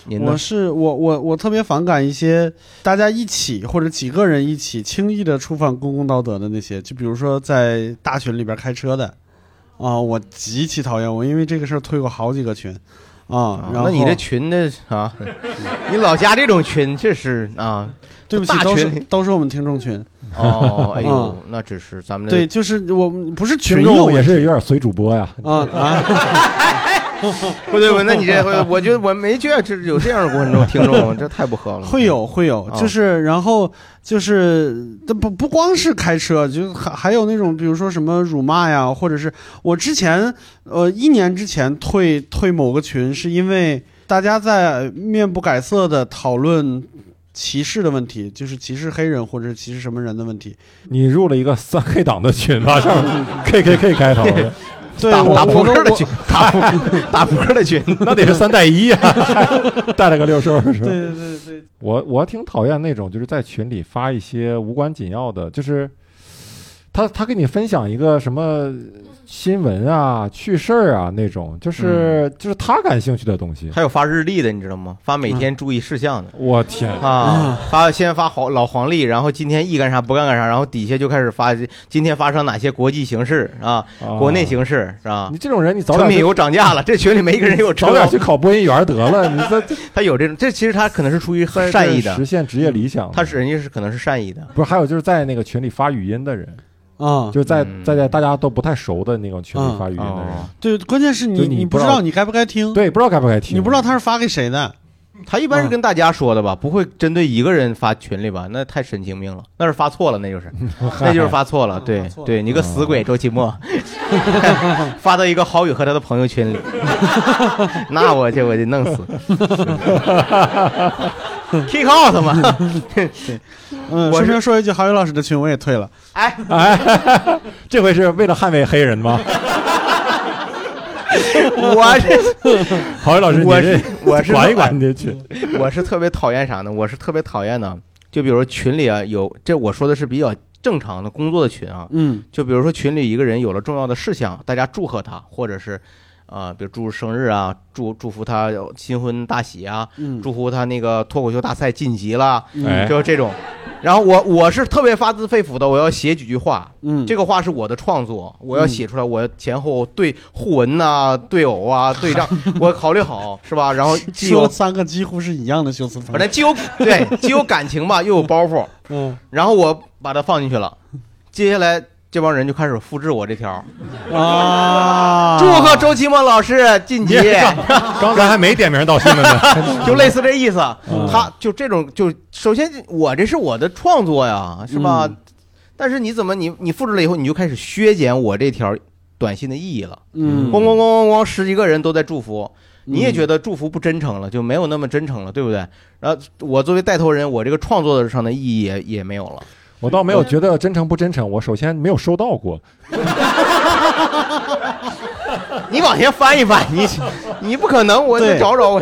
Speaker 3: 您呢
Speaker 4: 我？是我我我特别反感一些大家一起或者几个人一起轻易的触犯公共道德的那些，就比如说在大群里边开车的，啊、我极其讨厌，我因为这个事儿退过好几个群，啊，然
Speaker 3: 那
Speaker 4: 后
Speaker 3: 你这群的啊，你老加这种群，这是啊，
Speaker 4: 对不起
Speaker 3: 大，
Speaker 4: 都是
Speaker 3: 群
Speaker 4: 都是我们听众群，
Speaker 3: 哦，哎呦
Speaker 4: 嗯，
Speaker 3: 那只是咱们的
Speaker 4: 对，就是我们不是
Speaker 2: 群
Speaker 4: 群
Speaker 2: 众
Speaker 4: 众
Speaker 2: 也是有点随主播呀，
Speaker 4: 啊啊，
Speaker 3: 不对，我那你这回，我觉得我没觉得这有这样的观众听 众，这太不合了。
Speaker 4: 会有会有，
Speaker 3: 啊
Speaker 4: 就是然后就是，这不不光是开车，就还还有那种，比如说什么辱骂呀，或者是我之前呃一年之前退退某个群，是因为大家在面不改色的讨论歧视的问题，就是歧视黑人或者是歧视什么人的问题。
Speaker 2: 你入了一个三 K 党的群吧，上 K K K 开头的，
Speaker 4: 对，
Speaker 3: 打
Speaker 4: 我
Speaker 3: 打扑
Speaker 4: 我
Speaker 3: 克的群，打扑 打扑克的群，
Speaker 2: 那得是三带一啊， 带了个六十二是吧？
Speaker 4: 对对对对，
Speaker 2: 我我挺讨厌那种就是在群里发一些无关紧要的，就是他他跟你分享一个什么新闻啊、趣事儿啊那种，
Speaker 3: 嗯
Speaker 2: 就是、就是他感兴趣的东西。
Speaker 3: 还有发日历的，你知道吗？发每天注意事项的。
Speaker 2: 嗯我天，
Speaker 3: 啊，发先发黄老黄历，然后今天一干啥不干干啥，然后底下就开始发今天发生哪些国际形势啊，
Speaker 2: 啊
Speaker 3: 国内形势啊是吧
Speaker 2: 你？这种人，你早
Speaker 3: 成
Speaker 2: 点
Speaker 3: 品
Speaker 2: 去
Speaker 3: 油涨价了，这群里没一个人有车
Speaker 2: 早点去考播音员得 了，你这
Speaker 3: 他有这种，这其实他可能是出于
Speaker 2: 在
Speaker 3: 善意
Speaker 2: 这
Speaker 3: 的
Speaker 2: 实，现职业理想。
Speaker 3: 他是人家是可能是善意的，
Speaker 2: 不是还有就是在那个群里发语音的人，
Speaker 4: 啊、
Speaker 2: 就是在
Speaker 3: 嗯
Speaker 2: 在在大家都不太熟的那种群里
Speaker 4: 嗯
Speaker 2: 发语音的人，
Speaker 3: 哦
Speaker 4: 对，关键是
Speaker 2: 就
Speaker 4: 你
Speaker 2: 你
Speaker 4: 不
Speaker 2: 不
Speaker 4: 知
Speaker 2: 知
Speaker 4: 道
Speaker 2: 道
Speaker 4: 你该不该听，
Speaker 2: 对，不知道该不该听，
Speaker 4: 你不知道他是发给谁的。
Speaker 3: 他一般是跟大家说的
Speaker 2: 嗯
Speaker 3: 吧，不会针对一个人发群里吧？那太神经病了，那是发错了，那 就是，那就是发错了。对
Speaker 4: 发错了
Speaker 3: 对，你个死
Speaker 2: 嗯
Speaker 3: 鬼，周奇 墨， 发到一个郝宇和他的朋友圈 里，那我去，我得弄 死 ，kick out 嘛！
Speaker 4: 嗯，
Speaker 3: 我
Speaker 4: 顺
Speaker 3: 是
Speaker 4: 便说一句，郝宇老师的群我也退了。
Speaker 3: 哎，
Speaker 2: 哎，这回是为了捍卫黑人吗？
Speaker 3: 我是
Speaker 2: 郝宇老师，你
Speaker 3: 我 是
Speaker 2: 这
Speaker 3: 我是啊
Speaker 2: 管一管你这群，
Speaker 3: 我是特别讨厌啥呢？我是特别讨厌呢，就比如说群里啊有这我说的是比较正常的工作的群啊，
Speaker 4: 嗯
Speaker 3: 就比如说群里一个人有了重要的事项，大家祝贺他，或者是，呃，比如祝生日啊，祝祝福他新婚大喜啊，
Speaker 4: 嗯，
Speaker 3: 祝福他那个脱口秀大赛晋级了，
Speaker 2: 哎，
Speaker 3: 就是这种。然后我我是特别发自肺腑的，我要写几句话，
Speaker 4: 嗯，
Speaker 3: 这个话是我的创作，我要写出来，我前后对互文呐、对偶 啊、对仗，我考虑好是吧？然后既
Speaker 4: 说了
Speaker 3: 有
Speaker 4: 三个几乎是一样的修辞方
Speaker 3: 反
Speaker 4: 式。
Speaker 3: 正既有对既有感情吧，又有包袱，
Speaker 4: 嗯
Speaker 3: 然后我把它放进去了，接下来这帮人就开始复制我这条。
Speaker 4: 啊，
Speaker 3: 祝贺周奇墨老师晋级，
Speaker 2: 刚才还没点名道 姓的呢。
Speaker 3: 就类似这意思。
Speaker 2: 嗯
Speaker 3: 他就这种，就首先我这是我的创作呀，是吧
Speaker 4: 嗯？
Speaker 3: 但是你怎么你你复制了以后，你就开始削减我这条短信的意义了。
Speaker 4: 嗯，
Speaker 3: 咣咣咣咣咣，十几个人都在祝福，你也觉
Speaker 4: 得
Speaker 3: 得祝福不真诚了，就没有那么真诚了，对不对？然后我作为带头人，我这个创作上的意义也也没有 了。
Speaker 2: 我倒没有觉得真诚不真诚，我首先没有收到过，
Speaker 3: 你往前翻一翻，你 你不可能，我得
Speaker 4: 对
Speaker 3: 找找我。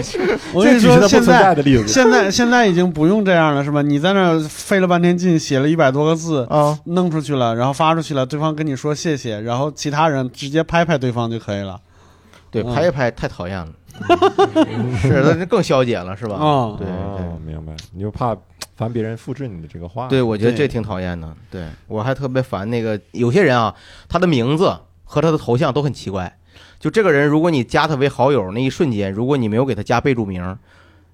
Speaker 4: 我
Speaker 2: 这
Speaker 4: 跟
Speaker 2: 只
Speaker 4: 你说
Speaker 2: 是它不
Speaker 4: 现
Speaker 2: 存在
Speaker 4: 在。
Speaker 2: 的例子。
Speaker 4: 现 在现在已经不用这样了，是吧？你在那儿费了半天劲，写了一百多个字，
Speaker 3: 啊，
Speaker 4: 弄出去了，然后发出去了，对方跟你说谢谢，然后其他人直接拍拍对方就可以了。
Speaker 3: 对，
Speaker 4: 嗯
Speaker 3: 拍一拍太讨厌 了，是那那更消解了，是吧？
Speaker 4: 啊
Speaker 3: 对对
Speaker 2: 嗯哦，明白，你就怕烦别人复制你的这个话。
Speaker 3: 对，，我觉得
Speaker 4: 对
Speaker 3: 这挺讨厌的。对我还特别烦那个有些人啊，他的名字和他的头像都很奇怪。就这个人，如果你加他为好友那一瞬间，如果你没有给他加备注名，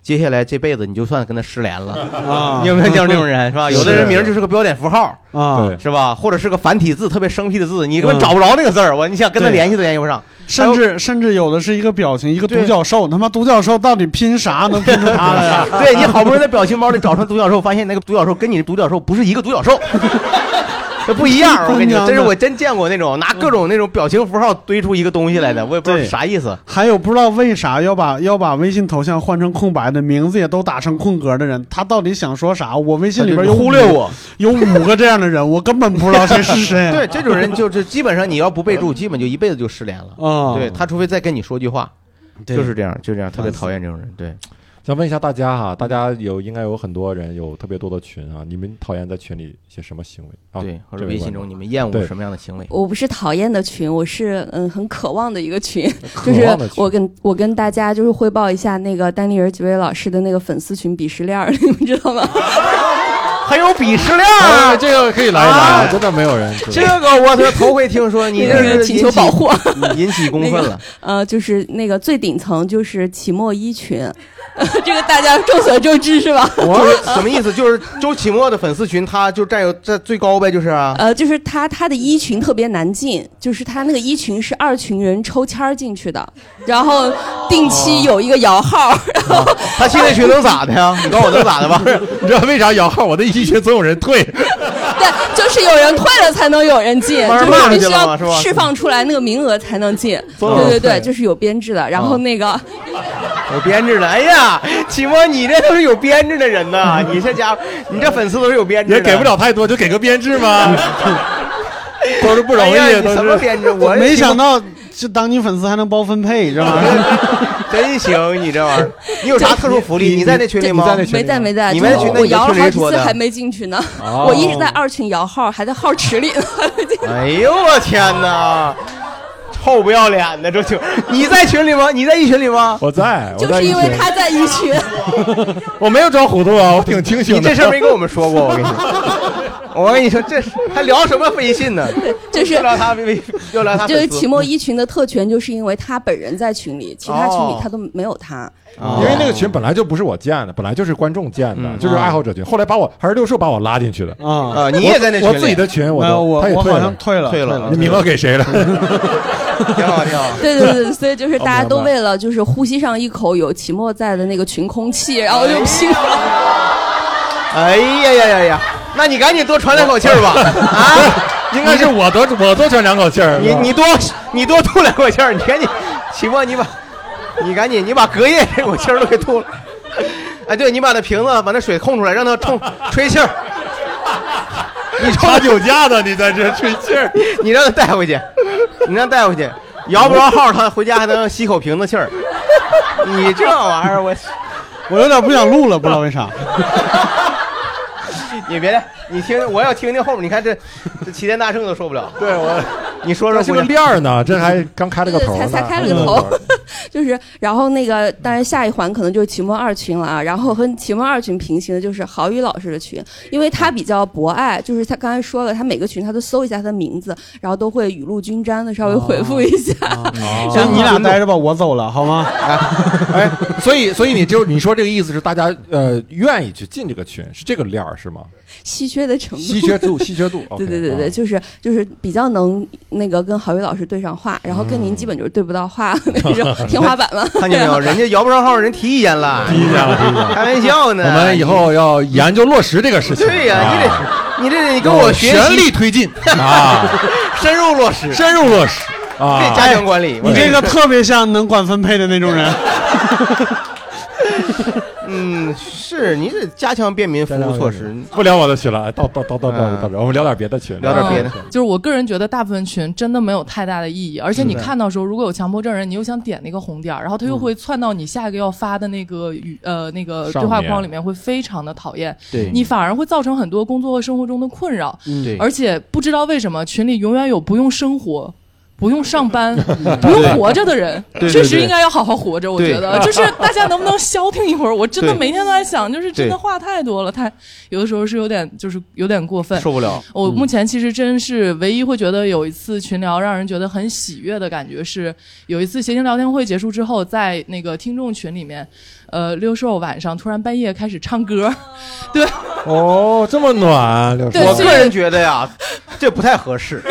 Speaker 3: 接下来这辈子你就算跟他失联了。
Speaker 4: 啊，
Speaker 3: 你有没有见过这种 人是吧？有的人名就是个标点符号
Speaker 4: 啊
Speaker 2: 对？
Speaker 3: 是吧？或者是个繁体字特别生僻的字，你根本
Speaker 4: 嗯
Speaker 3: 找不着那个字儿，我你想跟他
Speaker 4: 对
Speaker 3: 联系都联系不上。
Speaker 4: 甚至甚至有的是一个表情，一个独
Speaker 3: 对
Speaker 4: 角兽，他妈独角兽到底拼啥能拼出它来啊 呀？
Speaker 3: 对你好不容易在表情包里找出独角兽，发现那个独角兽跟你的独角兽不是一个独角兽， 这不一样。 我跟你说，这是我真见过那种拿各种那种表情符号堆出一个东西来的，我也不知道
Speaker 4: 嗯对
Speaker 3: 是啥意思。
Speaker 4: 还有不知道为啥要把要把微信头像换成空白的，名字也都打成空格的人，他到底想说啥？我微信里边有
Speaker 3: 忽略我，
Speaker 4: 有五个这样的人，我根本不知道谁是谁。 啊
Speaker 3: 对这种 人就是基本上你要不备注，基本就一辈子就失联了。
Speaker 4: 啊，
Speaker 3: 对他，除非再跟你说句话，
Speaker 4: 对
Speaker 3: 就是这样，就这样，特别
Speaker 4: 烦死
Speaker 3: 讨厌这种人。对，
Speaker 2: 想问一下大家哈，大家有应该有很多人有特别多的群啊，你们讨厌在群里一些什么行为啊？
Speaker 3: 对，或
Speaker 2: 这
Speaker 3: 者
Speaker 2: 位
Speaker 3: 微信
Speaker 2: 观众
Speaker 3: 中你们厌恶
Speaker 2: 对
Speaker 3: 什么样的行为？
Speaker 8: 我不是讨厌的群，我是嗯很渴望的一个群，
Speaker 2: 渴
Speaker 8: 就是
Speaker 2: 望的群
Speaker 8: 我跟我跟大家就是汇报一下那个丹尼尔·吉维老师的那个粉丝群鄙视链儿，你们知道吗？
Speaker 3: 很有鄙视链
Speaker 2: 哎
Speaker 3: 啊！
Speaker 2: 这个可以来一
Speaker 3: 啊
Speaker 2: 来，真的没有人知
Speaker 3: 这
Speaker 2: 道。
Speaker 3: 个我头头回听说，你这
Speaker 8: 那
Speaker 3: 是
Speaker 8: 个请求保护，
Speaker 3: 引起公愤了。
Speaker 8: 呃，就是那个最顶层就是期末一群， 这个大家众所周知 是吧？
Speaker 3: 就是什么意思？就是周启墨的粉丝群，他就占有占最高呗，就是 啊。
Speaker 8: 呃，就是他他的一群特别难进，就是他那个一群是二群人抽签儿进去的，然后定期有一个摇号，然后
Speaker 3: 他现在群能咋的呀？你告诉我能咋的吧？
Speaker 5: 你知道为啥摇号？我的一群总有人退，
Speaker 8: 对，就是有人退了才能有人进，
Speaker 3: 把
Speaker 8: 就
Speaker 3: 人骂出
Speaker 8: 必
Speaker 3: 去
Speaker 8: 须
Speaker 3: 了嘛
Speaker 8: 要
Speaker 3: 是吧嗯
Speaker 8: 释放出来那个名额才能进。
Speaker 3: 总有
Speaker 8: 对对
Speaker 3: 人
Speaker 8: 对，
Speaker 3: 退
Speaker 8: 就是有编制的。然后那个
Speaker 3: 嗯 有编制的，哎呀，启墨，你这都是有编制的人 呐！你这家伙，你这粉丝都是有编制的，
Speaker 5: 也给不了太多，就给个编制 嘛，都是不容
Speaker 3: 哎呀
Speaker 5: 易，
Speaker 3: 你
Speaker 5: 都
Speaker 3: 什么
Speaker 5: 是。
Speaker 3: 编制？我
Speaker 4: 啊没想到这当你粉丝还能包分配，这玩意儿。
Speaker 3: 真行，你这玩意 儿，你有啥特殊福利？你在那群里吗？
Speaker 8: 这没在没在，
Speaker 3: 你
Speaker 8: 就
Speaker 3: 们
Speaker 8: 是
Speaker 3: 在群
Speaker 8: 我
Speaker 3: 里
Speaker 8: 摇了
Speaker 3: 听
Speaker 8: 好
Speaker 3: 谁
Speaker 8: 几
Speaker 3: 说
Speaker 8: 次
Speaker 3: 的
Speaker 8: 还没进去呢，
Speaker 3: 哦
Speaker 8: 我一直在二群摇号，还在号池里 呢。
Speaker 3: 哎呦我天哪！臭不要脸的，这就你在群里吗？你在一群里吗？
Speaker 2: 我在，我
Speaker 8: 就
Speaker 2: 在
Speaker 8: 是
Speaker 2: 一
Speaker 8: 因为
Speaker 2: 群
Speaker 8: 他在一群，
Speaker 5: 我没有装糊涂啊，我挺清
Speaker 3: 你
Speaker 5: 醒的。
Speaker 3: 这事儿没跟我们说过，我跟你说， 我跟你说，这是还聊什么微信呢？
Speaker 8: 就是
Speaker 3: 又聊他微微，又聊他
Speaker 8: 就是
Speaker 3: 粉丝
Speaker 8: 期 末一群的特权，就是因为他本人在群里，其他群
Speaker 3: 哦
Speaker 8: 里他都没有他。
Speaker 4: 啊
Speaker 3: 哦
Speaker 2: 因为那个群本来就不是我建的，本来就是观众建的，
Speaker 3: 嗯
Speaker 2: 就是爱好者群。后来把我还是六兽把我拉进去的，
Speaker 4: 啊，
Speaker 3: 啊，你也在那群
Speaker 2: 我
Speaker 3: 里
Speaker 2: 自己的群我
Speaker 4: 没有
Speaker 2: 都，
Speaker 4: 我
Speaker 2: 他也
Speaker 4: 我
Speaker 2: 退
Speaker 4: 好像
Speaker 2: 了。
Speaker 4: 退了，
Speaker 3: 退了
Speaker 4: 了
Speaker 2: 你，名额给谁 了？
Speaker 3: 挺好，挺好。
Speaker 8: 对对对对，所以就是
Speaker 3: 哦
Speaker 8: 大家都
Speaker 2: 明白
Speaker 8: 为了就是呼吸上一口有期末在的那个群空气，然后就拼了。
Speaker 3: 哎呀呀呀呀！那你赶紧多喘两口气儿吧， 啊！
Speaker 2: 应该是我多我多喘两口气儿。
Speaker 3: 你你多你多吐两口气儿，你赶紧，起沫你把，你赶紧你把隔夜这口气儿都给吐了。哎，对，你把那瓶子把那水空出来，让它冲吹气儿，
Speaker 5: 你插酒架呢？你在这吹气儿？
Speaker 3: 你让它带回去，你让它带回去，摇不着号，它回家还能吸口瓶子气儿。你这玩意儿，我
Speaker 4: 我有点不想录了，不知道为啥。
Speaker 3: 你别来，你听，我要听听后面，你看这这齐天大圣都受不了。
Speaker 5: 对我，
Speaker 3: 你说说
Speaker 2: 这是
Speaker 3: 姑
Speaker 2: 个
Speaker 3: 娘，
Speaker 2: 链儿呢，这还刚开了个头呢，嗯
Speaker 8: 对才才开了个头 就是，然后那个，当然下一环可能就是期末二群了啊。然后和期末二群平行的就是郝宇老师的群，因为他比较博爱，就是他刚才说了，他每个群他都搜一下他的名字，然后都会雨露均沾的稍
Speaker 2: 哦
Speaker 8: 微回复一下。
Speaker 4: 所以你 俩待着吧，我走了，好吗？
Speaker 3: 啊
Speaker 2: 哎，所以所以你就你说这个意思是大家呃愿意去进这个群，是这个链儿是吗？
Speaker 8: 稀缺的程度，
Speaker 2: 稀缺度，稀缺 度。OK，
Speaker 8: 对对对对，
Speaker 2: 啊
Speaker 8: 就是就是比较能那个跟郝宇老师对上话，然后跟您基本就是对不到话 那 种天花板嘛。
Speaker 3: 看见没有？人家摇不着号，人提意见了，
Speaker 2: 第一家了，第一家。
Speaker 3: 开玩笑呢。
Speaker 2: 我们以后要研究落实这个事情。
Speaker 3: 对呀、
Speaker 2: 啊
Speaker 3: 你 这你这你跟我学
Speaker 2: 全
Speaker 3: 习
Speaker 2: 力推 进啊，
Speaker 3: 深入落实，
Speaker 2: 深入落实
Speaker 3: 对
Speaker 2: 啊。
Speaker 3: 加强管理。
Speaker 4: 哎你这个特别像能管分配的那种人。
Speaker 3: 嗯，是你得加强便民服务措施。
Speaker 2: 不聊我的群了，哎到到到到到
Speaker 3: 嗯
Speaker 2: 到这儿，我们聊点别的群，
Speaker 3: 聊点别的
Speaker 2: 群。
Speaker 9: 就是我个人觉得大部分群真的没有太大的意义，而且你看到时候，如果有强迫症人，你又想点那个红点儿，然后他
Speaker 3: 嗯
Speaker 9: 又会窜到你下一个要发的那个语呃那个
Speaker 2: 上
Speaker 9: 对话
Speaker 2: 面
Speaker 9: 框里面，会非常的讨厌。
Speaker 3: 对嗯
Speaker 9: 你反而会造成很多工作和生活中的困扰，
Speaker 3: 对
Speaker 9: 而且不知道为什么群里永远有不用生活。不用上 班，不用活着的人，
Speaker 3: 对
Speaker 9: 确实应该要好好活着。我
Speaker 3: 对
Speaker 9: 觉得，就是大家能不能消停一会儿？我真的
Speaker 3: 对
Speaker 9: 每天都在想，就是真的
Speaker 3: 对
Speaker 9: 话太多了，太有的时候是有点，就是有点过分。
Speaker 3: 受不了，嗯
Speaker 9: 我目前其实真是唯一会觉得有一次群聊让人觉得很喜悦的感觉是，有一次谐星聊天会结束之后，在那个听众群里面，呃，六兽晚上突然半夜开始唱 歌，对
Speaker 2: 哦，这么暖，六叔
Speaker 9: 对
Speaker 3: 我
Speaker 9: 是
Speaker 3: 个人觉得呀，这不太合适。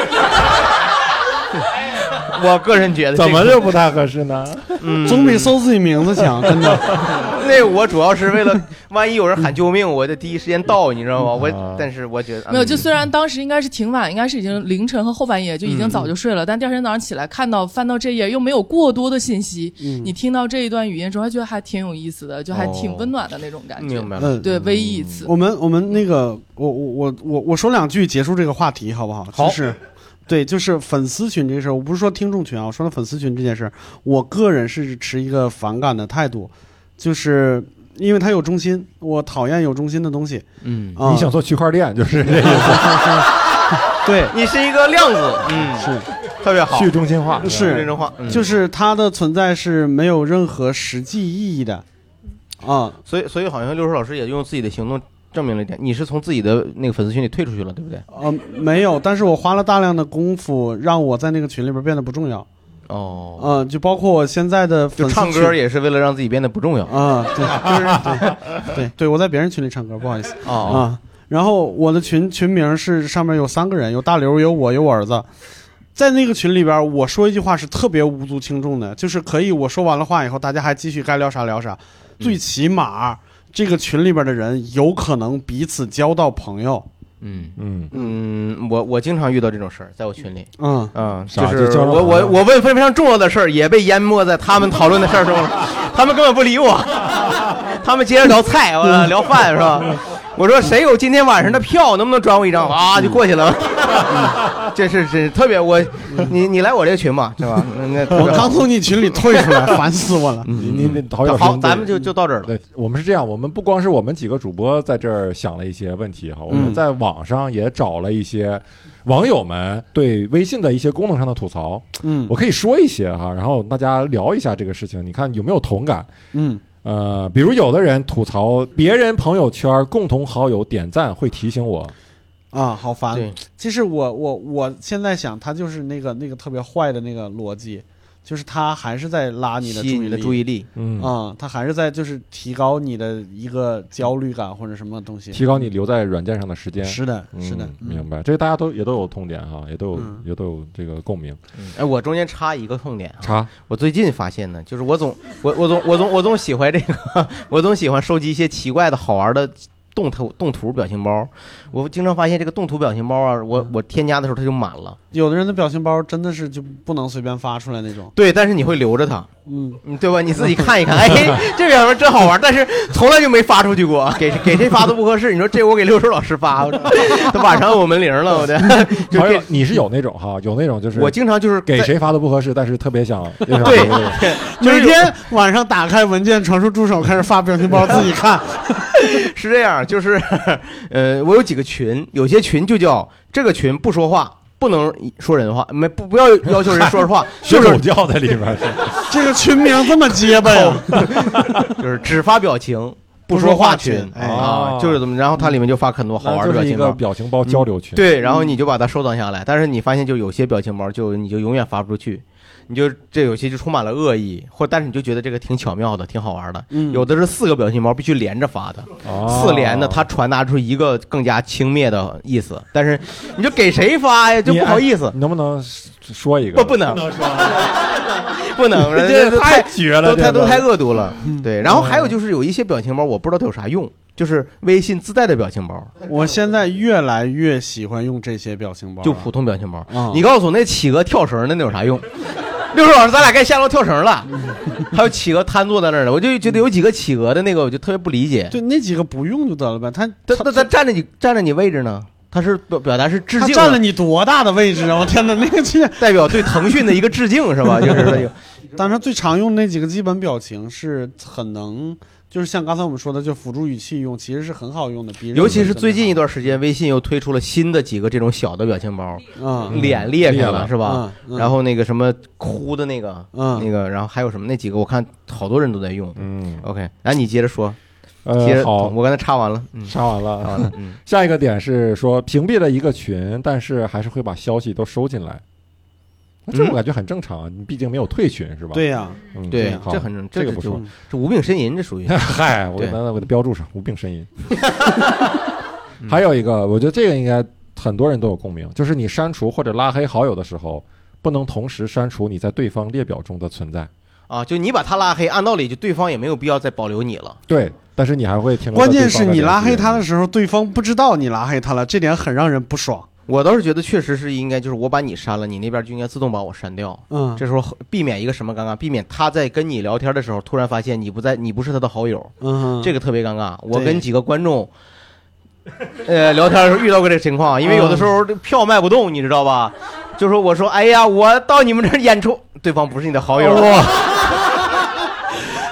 Speaker 3: 我个人觉得这
Speaker 2: 怎
Speaker 3: 个嗯
Speaker 2: 么就不太合适呢？
Speaker 4: 总比搜自己名字强，真的。
Speaker 3: 那我主要是为了万一有人喊救命，我得第一时间到，你知道吗？
Speaker 2: 啊
Speaker 3: 我但是我觉得
Speaker 9: 没有，就
Speaker 3: 算
Speaker 9: 虽然当时应该是挺晚，应该是已经凌晨和后半夜，就已经早就睡了，但第二天早上起来看到翻到这页又没有过多的信息，
Speaker 3: 嗯
Speaker 9: 你听到这一段语音的时候，还觉得还挺有意思的，就还挺温暖的那种感觉。
Speaker 3: 明白了。
Speaker 4: 嗯，
Speaker 9: 对，唯一一次。
Speaker 4: 我们我们那个，我我我我我说两句结束这个话题好不好？
Speaker 3: 好
Speaker 4: 就是，对，就是粉丝群这个事儿，我不是说听众群啊，我说的粉丝群这件事儿，我个人是持一个反感的态度，就是因为它有中心，我讨厌有中心的东西。
Speaker 3: 嗯，
Speaker 4: 啊、
Speaker 2: 你想做区块链就是这个
Speaker 4: 对，
Speaker 3: 你是一个量子，嗯，
Speaker 4: 是
Speaker 3: 特别好，
Speaker 2: 去中心化
Speaker 4: 是
Speaker 3: 这种话，嗯
Speaker 4: 就是它的存在是没有任何实际意义的。啊、
Speaker 3: 所以，所以好像六叔老师也用自己的行动证明了一点，你是从自己的那个粉丝群里退出去了，对不对？
Speaker 4: 呃，没有，但是我花了大量的功夫，让我在那个群里边变得不重要。
Speaker 3: 哦，
Speaker 4: 嗯、就包括我现在的粉
Speaker 3: 就
Speaker 4: 丝
Speaker 3: 唱
Speaker 4: 群
Speaker 3: 歌也是为了让自己变得不重要
Speaker 4: 啊，对，就是对对对，我在别人群里唱歌，不好意思
Speaker 3: 哦
Speaker 4: 啊。然后我的群群名是上面有三个人，有大刘，有我，有我儿子。在那个群里边，我说一句话是特别无足轻重的，就是可以我说完了话以后，大家还继续该聊啥聊啥。
Speaker 3: 嗯
Speaker 4: 最起码这个群里边的人有可能彼此交到朋友。
Speaker 3: 嗯
Speaker 2: 嗯
Speaker 3: 嗯，我我经常遇到这种事儿，在我群里，
Speaker 4: 嗯
Speaker 3: 嗯，
Speaker 2: 啥
Speaker 3: 就是
Speaker 2: 就交了
Speaker 3: 我
Speaker 2: 朋
Speaker 3: 我
Speaker 2: 友
Speaker 3: 我问非常重要的事儿，也被淹没在他们讨论的事儿中了，他们根本不理我， 他们接着聊菜， 我聊饭是吧？我说谁有今天晚上的票，能不能转我一张？啊，就过去 了。这是这是特别我，你你来我这个群吧，是吧？ 那
Speaker 4: 我刚从你群里退 出来，烦死我了。
Speaker 2: 你你你好友
Speaker 3: 嗯好，
Speaker 2: 兄弟
Speaker 3: 咱们就就到这儿了。
Speaker 2: 对我们是这样，我们不光是我们几个主播在这儿想了一些问
Speaker 3: 嗯
Speaker 2: 题哈，我们在网上也找了一些网友们对微信的一些功能上的吐槽，
Speaker 4: 嗯
Speaker 2: 我可以说一些哈，然后大家聊一下这个事情，你看有没有同感？
Speaker 4: 嗯
Speaker 2: 呃，比如有的人吐槽别人朋友圈共同好友点赞会提醒我，
Speaker 4: 啊，好烦。
Speaker 3: 对，
Speaker 4: 其实我我我现在想，他就是那个那个特别坏的那个逻辑，就是他还是在拉你的
Speaker 3: 吸
Speaker 4: 注意
Speaker 3: 引
Speaker 4: 力，
Speaker 3: 你的注意力，
Speaker 2: 嗯，
Speaker 4: 啊、他还是在就是提高你的一个焦虑感或者什么东西。
Speaker 2: 提高你留在软件上的时间。
Speaker 4: 是的，是的
Speaker 2: 嗯，
Speaker 4: 嗯
Speaker 2: 明白，这个大家都也都有痛点啊哈，也都有、
Speaker 4: 嗯
Speaker 2: 也都有这个共鸣。
Speaker 3: 哎，我中间插一个痛点啊，
Speaker 2: 查，
Speaker 3: 我最近发现呢，就是我总我我总我总我总喜欢这个，我总喜欢收集一些奇怪的好玩的动图动图表情包。我经常发现这个动图表情包啊，我
Speaker 2: 嗯
Speaker 3: 我添加的时候它就满了。
Speaker 4: 有的人的表情包真的是就不能随便发出来那种。
Speaker 3: 对，但是你会留着它，
Speaker 4: 嗯，
Speaker 3: 嗯对 吧？你自己看一看，哎， 这表情包真好玩，但是从来就没发出去过，给给谁发都不合适。你说这我给六叔老师发， 我这都晚上我门铃了，我这 就
Speaker 2: 好
Speaker 3: 给
Speaker 2: 像你是有那种哈，有那种就是
Speaker 3: 我经常就是
Speaker 2: 给
Speaker 3: 在
Speaker 2: 谁发都不合适，但是特 别想
Speaker 3: 对，就是有
Speaker 4: 每天晚上打开文件传输助手，开始发表情包，自己看。
Speaker 3: 是这样，就是呃，我有几个群，有些群就叫这个群不说话。不能说人话，没不不要要求人说实 话，
Speaker 2: 学
Speaker 3: 就
Speaker 2: 狗
Speaker 3: 是
Speaker 2: 叫在里边是，
Speaker 4: 这个群名这么结巴呀？
Speaker 3: 就是只发表情不
Speaker 4: 说
Speaker 3: 说
Speaker 4: 话
Speaker 3: 话群
Speaker 4: 群
Speaker 3: 啊
Speaker 2: 哦，嗯
Speaker 3: 就是怎么，然后它里面就发很多好玩的表
Speaker 2: 那就是一
Speaker 3: 情
Speaker 2: 个
Speaker 3: 包，
Speaker 2: 表情包交流群。
Speaker 3: 对，然后你就把它收藏下来。但是你发现就有些表情包就你就永远发不出去，你就这有些就充满了恶意，或但是你就觉得这个挺巧妙的，挺好玩的。
Speaker 4: 嗯
Speaker 3: 有的是四个表情包必须连着发的，
Speaker 2: 哦
Speaker 3: 四连的，它传达出一个更加轻蔑的意思，但是你就给谁发呀，就
Speaker 2: 你
Speaker 3: 不好意思
Speaker 2: 哎，你能不能说一个？
Speaker 3: 不不能，不 能，
Speaker 2: 这
Speaker 3: 这嗯
Speaker 2: 太
Speaker 3: 太
Speaker 2: 绝了，
Speaker 3: 都太
Speaker 2: 这个
Speaker 3: 都太恶毒了。对，然后
Speaker 4: 哦
Speaker 3: 还有就是有一些表情包，我不知道它有啥用，就是微信自带的表情包，
Speaker 4: 嗯我现在越来越喜欢用这些表情包了，
Speaker 3: 就普通表情包
Speaker 4: 啊。
Speaker 3: 你告诉我那企鹅跳绳的那有啥用？六叔老师，咱俩该下楼跳绳了。还有企鹅瘫坐在那儿了，我就觉得有几个企鹅的那个，我就特别不理解。
Speaker 4: 对那几个不用就得了呗。他
Speaker 3: 他他他站着你站着你位置呢，他是表表达是致
Speaker 4: 他
Speaker 3: 敬
Speaker 4: 占了
Speaker 3: 的，
Speaker 4: 你多大的位置啊！我天哪，那个去，
Speaker 3: 代表对腾讯的一个致敬 是 吧？就是那个
Speaker 4: 当然最常用那几个基本表情是很能，就是像刚才我们说的，就辅助语气用，其实是很好用的。比任何
Speaker 3: 尤其是最近一
Speaker 4: 都
Speaker 3: 段时间，微信又推出了新的几个这种小的表情包，
Speaker 4: 更好嗯
Speaker 3: 脸裂开
Speaker 2: 裂
Speaker 3: 了
Speaker 2: 了
Speaker 3: 是吧？
Speaker 4: 嗯嗯
Speaker 3: 然后那个什么哭的那个，
Speaker 4: 嗯
Speaker 3: 那个，然后还有什么那几个，我看好多人都在用。
Speaker 2: 嗯
Speaker 3: OK，然后你接着说，接
Speaker 2: 呃
Speaker 3: 着，
Speaker 2: 好，
Speaker 3: 我刚才插完了，嗯，
Speaker 2: 杀
Speaker 3: 插
Speaker 2: 完了。
Speaker 3: 完了，嗯，
Speaker 2: 下一个点是说屏蔽了一个群，但是还是会把消息都收进来。那这我感觉很正常啊，你毕竟没有退群是吧？
Speaker 4: 对呀、
Speaker 2: 嗯，
Speaker 3: 对，
Speaker 2: 好
Speaker 3: 这很正，
Speaker 2: 这
Speaker 3: 这
Speaker 2: 个不
Speaker 3: 就
Speaker 2: 错。
Speaker 3: 这无病呻吟，这属于
Speaker 2: 嗨，我给
Speaker 3: 对
Speaker 2: 它我给它标注上，无病 呻吟。嗯还有一个，我觉得这个应该很多人都有共鸣，就是你删除或者拉黑好友的时候，不能同时删除你在对方列表中的存在。
Speaker 3: 啊，就你把他拉黑，按道理就对方也没有必要再保留你了。
Speaker 2: 对，但是你还会停留在
Speaker 4: 关
Speaker 2: 对
Speaker 4: 键是
Speaker 2: 方的
Speaker 4: 你
Speaker 2: 联
Speaker 4: 拉
Speaker 2: 系
Speaker 4: 黑
Speaker 2: 人
Speaker 4: 他的时候，对方不知道你拉黑他了，这点很让人不爽。
Speaker 3: 我倒是觉得确实是应该，就是我把你删了，你那边就应该自动把我删掉。
Speaker 4: 嗯，
Speaker 3: 这时候避免一个什么尴尬？避免他在跟你聊天的时候，突然发现你不在，你不是他的好友，
Speaker 4: 嗯，
Speaker 3: 这个特别尴尬。我
Speaker 4: 对
Speaker 3: 跟几个观众，呃，聊天的时候遇到过这个情况，因为有的时候这票卖不动，你知道吧？就说我说，哎呀，我到你们这儿演出，对方不是你的好友，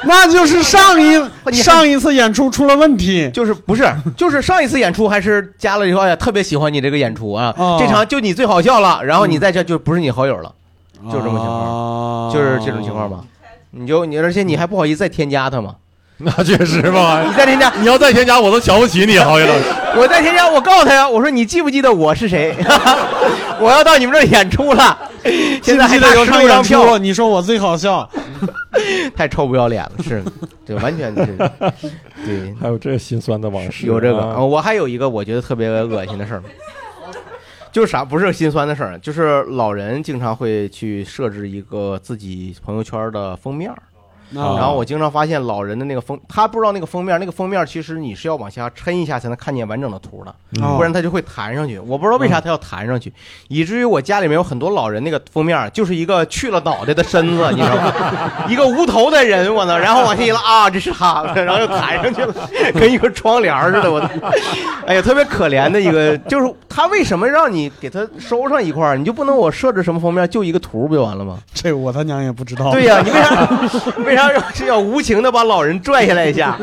Speaker 4: 那就是上一
Speaker 3: 你还
Speaker 4: 上一次演出出了问题。
Speaker 3: 就是不 是，就是上一次演出还是加了以后，哎呀，特别喜欢你这个演出啊，
Speaker 4: 哦嗯
Speaker 3: 这场就你最好笑了，然后你在这就不是你好友了，
Speaker 4: 哦
Speaker 3: 就这种情况
Speaker 4: 况
Speaker 3: 就是这种情况吧？你就你，而且你还不好意思再添加他嘛？
Speaker 5: 那确实吧。
Speaker 3: 你再添加，
Speaker 5: 你要再添加，我都瞧不起你，郝宇老师。
Speaker 3: 我在添加，我告诉他呀，我说你记不记得我是谁？ 我要到你们这儿演出了， 现在还
Speaker 4: 记不记
Speaker 3: 差
Speaker 4: 得有
Speaker 3: 十
Speaker 4: 场
Speaker 3: 六张
Speaker 4: 演
Speaker 3: 票
Speaker 4: 出？，你说我最好笑，
Speaker 3: 太臭不要脸了，是，这完全是，对，
Speaker 2: 还有这心酸的往事，
Speaker 3: 有这个。
Speaker 2: 啊
Speaker 3: 呃我还有一个我觉得特别恶心的事儿，就是啥？不是心酸的事儿，就是老人经常会去设置一个自己朋友圈的封面儿。
Speaker 4: 啊
Speaker 3: 然后我经常发现老人的那个封，他不知道那个封面，那个封面其实你是要往下抻一下才能看见完整的图的，
Speaker 4: 哦嗯
Speaker 3: 不然他就会弹上去。我不知道为啥他要弹上去，以至于我家里面有很多老人那个封面就是一个去了脑袋的身子，你知道吗？ 一个无头的人，我呢，然后往下一拉啊，这是他， 然后就弹上 去了，跟一个窗帘似的，我的，哎呀，特别可怜的一个，就是他为什么让你给他收上一块儿，你就不能我设置什么封面就一个图不就完了吗？
Speaker 4: 这我他娘也不知
Speaker 5: 哦
Speaker 4: 道。
Speaker 3: 对呀、你为啥 为啥要是要无情的把老人拽下来一 下，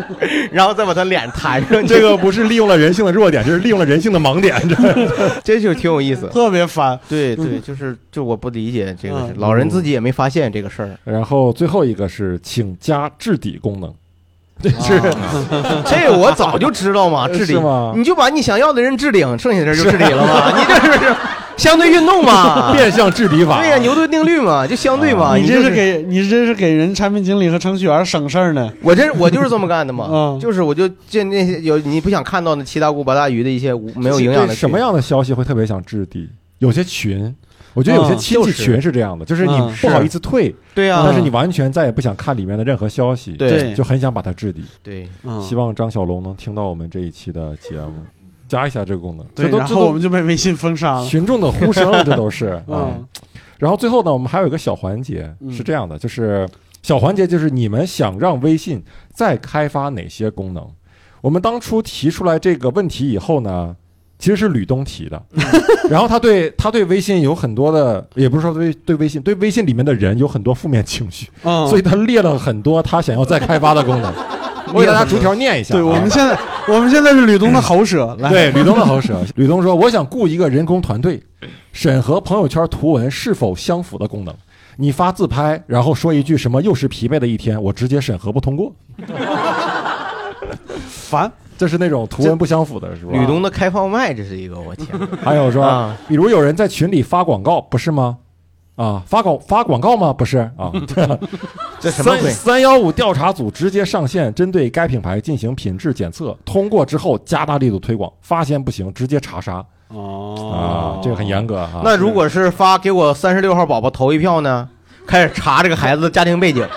Speaker 3: 然后再把他脸弹上 去？
Speaker 5: 这个不是利用了人性的弱点，就是利用了人性的盲点。这
Speaker 3: 这就挺有意思。
Speaker 4: 特别烦。
Speaker 3: 对对， 就是就我不理解这个
Speaker 4: 嗯，
Speaker 3: 老人自己也没发现这个事儿，啊
Speaker 2: 然后最后一个是请加置底功能，
Speaker 5: 是
Speaker 3: 啊 这我早就知道嘛，置
Speaker 2: 呃是
Speaker 3: 顶
Speaker 2: 吗，
Speaker 3: 你就把你想要的人置顶，剩下的人就置顶了嘛，你这是相对运动 嘛，
Speaker 5: 变相制敌法
Speaker 3: 对。呀，牛顿定律嘛，就相对
Speaker 2: 啊
Speaker 3: 嘛，
Speaker 4: 你
Speaker 3: 就
Speaker 4: 这是给你这是给人产品经理和程序员省事儿呢。
Speaker 3: 我这我就是这么干的嘛
Speaker 4: 嗯，
Speaker 3: 就是我就见那些有你不想看到的七大姑八大姨的一些无没有营养的
Speaker 2: 对
Speaker 3: 区
Speaker 2: 什么样的消息会特别想置底？有些群，我觉得有些
Speaker 4: 嗯
Speaker 2: 亲
Speaker 3: 就
Speaker 2: 戚
Speaker 3: 是
Speaker 2: 群是这样的，就是你
Speaker 4: 嗯
Speaker 2: 不好意思退，
Speaker 3: 对呀、
Speaker 2: 但是
Speaker 4: 嗯
Speaker 2: 你完全再也不想看里面的任何消息，
Speaker 3: 对
Speaker 2: 就很想把它置底。
Speaker 3: 对，
Speaker 4: 嗯
Speaker 2: 希望张小龙能听到我们这一期的节目，加一下这个功能。
Speaker 4: 对，
Speaker 2: 这都
Speaker 4: 然
Speaker 2: 这
Speaker 4: 后我
Speaker 2: 都
Speaker 4: 们就被微信封杀了。
Speaker 2: 群众的呼声了，这都 是啊
Speaker 4: 嗯。
Speaker 2: 然后最后呢，我们还有一个小环节
Speaker 4: 嗯
Speaker 2: 是这样的，就是小环节就是你们想让微信再开发哪些功能？我们当初提出来这个问题以后呢，其实是吕东提的，
Speaker 4: 嗯
Speaker 2: 然后他对他对微信有很多的，也不是说对对微信，对微信里面的人有很多负面情绪，
Speaker 4: 嗯，
Speaker 2: 所以他列了很多他想要再开发的 功能。我给大家逐条念一下啊。
Speaker 4: 对我们现在我们现在是吕东的喉 舌，来，
Speaker 2: 对吕东的好使。啊吕东说：“我想雇一个人工团队，审核朋友圈图文是否相符的功能。你发自拍，然后说一句什么‘又是疲惫的一天’，我直接审核不通 过。
Speaker 4: 烦。
Speaker 2: 这是那种图文不相符的，是吧？
Speaker 3: 吕东的开放麦，这是一个我天，
Speaker 2: 还有说，
Speaker 3: 啊
Speaker 2: 比如有人在群里发广告，不是吗？啊，发广发广告吗？不是啊。
Speaker 3: 这什么
Speaker 2: 三
Speaker 3: 鬼？
Speaker 2: 三幺五调查组直接上线，针对该品牌进行品质检测，通过之后加大力度推广，发现不行直接查杀
Speaker 4: 哦
Speaker 2: 啊，这个很严格啊。
Speaker 3: 那如果是发给我三十六号宝宝投一票呢？开始查这个孩子的家庭背景，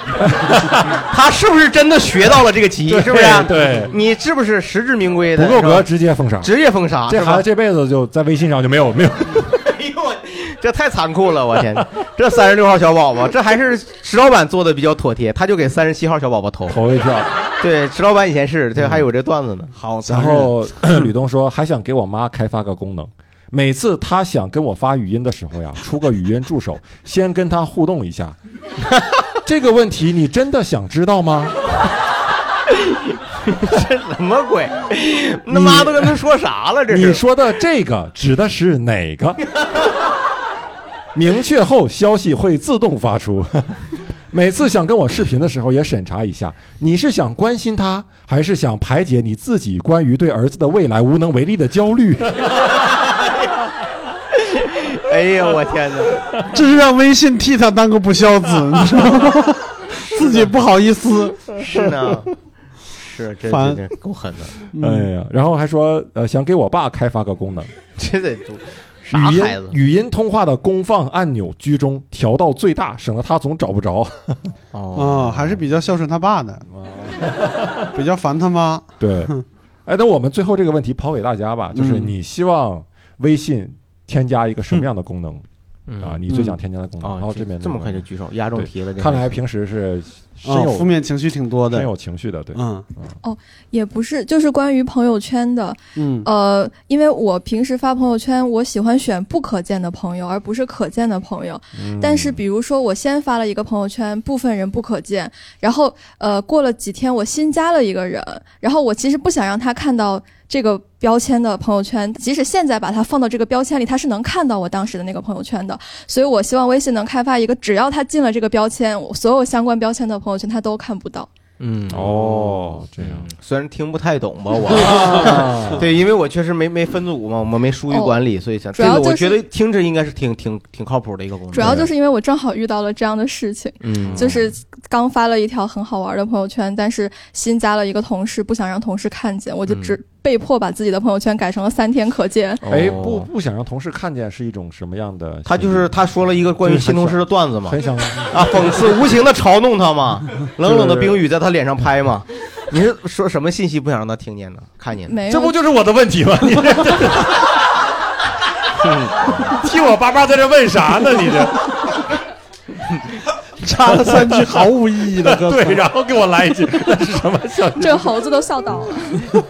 Speaker 3: 他是不是真的学到了这个棋？是不是？
Speaker 2: 对，
Speaker 3: 你是不是实至名归的？
Speaker 2: 不够
Speaker 3: 是吧
Speaker 2: 格，直接封杀。
Speaker 3: 职业封杀，
Speaker 2: 这
Speaker 3: 是
Speaker 2: 孩
Speaker 3: 吧
Speaker 2: 子？这辈子就在微信上就没有没有，
Speaker 3: 哎呦我，这太残酷了！我天， 这三十六号小宝宝，这还是石老板做的比较妥帖，他就给三十七号小宝宝投。
Speaker 2: 投一票。
Speaker 3: 对，石老板以前是，他还有这段子呢。
Speaker 4: 好残
Speaker 2: 然
Speaker 4: 忍，
Speaker 2: 后 吕东说还想给我妈开发个功能，每次她想跟我发语音的时候呀，出个语音助手，先跟她互动一下。 这个问题你真的想知道吗？
Speaker 3: 什么鬼？ 那妈都跟他说啥了？这
Speaker 2: 你
Speaker 3: 是
Speaker 2: 说的这个指的是 哪个？明确后，消息会自动发出。 每次想跟我视频的时候，也审查一下，你是想关心他，还是想排解你自己关于对儿子的未来无能为力的焦虑？
Speaker 3: 哎呀，我天哪！
Speaker 4: 这是让微信替他当个 不孝子，你知道吗？自己不好意思，
Speaker 3: 是呢，是这
Speaker 4: 烦嗯
Speaker 3: 这这够狠的，
Speaker 2: 哎呀，然后还说，呃，想给我爸开发个功能，
Speaker 3: 这得多啥
Speaker 2: 语音
Speaker 3: 孩子
Speaker 2: 语音通话的公放按钮居中，调到最大，省得他总找不着。 嗯
Speaker 4: 哦，还是比较孝顺他爸的， 比较烦他妈。
Speaker 2: 对，
Speaker 4: 啊
Speaker 2: 哎，那我们最后这个问题抛给大家吧，就是
Speaker 4: 嗯
Speaker 2: 你希望微信添加一个什么样的功能啊？
Speaker 3: 啊！
Speaker 2: 你最想添加的功能？
Speaker 3: 啊
Speaker 2: 然后这边
Speaker 3: 这么快就举手，压中题了，这
Speaker 2: 看来平时是深
Speaker 4: 啊，负
Speaker 2: 有
Speaker 4: 面情绪挺多
Speaker 2: 深
Speaker 4: 的。
Speaker 2: 有情绪的，对，
Speaker 4: 嗯
Speaker 7: 哦也不是，就是关于朋友圈的。
Speaker 4: 嗯
Speaker 7: 呃，因为我平时发朋友圈，我喜欢选不可见的朋友，而不是可见的朋友。但是比如说，我先发了一个朋友圈，部分人不可见，然后呃，过了几天我新加了一个人，然后我其实不想让他看到这个标签的朋友圈，即使现在把它放到这个标签里，他是能看到我当时的那个朋友圈的。所以我希望微信能开发一个，只要他进了这个标签，我所有相关标签的朋友圈他都看不到。
Speaker 3: 嗯
Speaker 2: 哦，这样
Speaker 3: 虽然听不太懂 吧，我， 对，因为我确实没没分组嘛，我们没疏于管理，所以想
Speaker 7: 哦主
Speaker 3: 这
Speaker 7: 要
Speaker 3: 个我
Speaker 7: 就
Speaker 3: 觉
Speaker 7: 是
Speaker 3: 得听着应该是挺挺挺靠谱的一个工作。
Speaker 7: 主要就是因为我正好遇到了这样的事情，
Speaker 3: 嗯，
Speaker 7: 就是刚发了一条很好玩的朋友圈，但是新加了一个同事，不想让同事看见，我就
Speaker 3: 嗯
Speaker 7: 只被迫把自己的朋友圈改成了三天可见。
Speaker 2: 哎，
Speaker 3: 哦
Speaker 2: 不不想让同事看见是一种什么样的心理？
Speaker 3: 他就是他说了一个关于新同事的段子嘛，
Speaker 2: 很想
Speaker 3: 啊，讽刺无情的嘲弄他嘛， 冷冷的冰雨在他脸上拍嘛。你是说什么信息不想让他听见呢？看见呢？
Speaker 7: 没有，
Speaker 5: 这不就是我的问题吗？你 这 替我叭叭在这问啥 呢？你这
Speaker 4: 插了三句毫无 意义的歌词
Speaker 5: 对，然后给我来一 句，那是什么小？
Speaker 7: 这个猴子都笑倒了。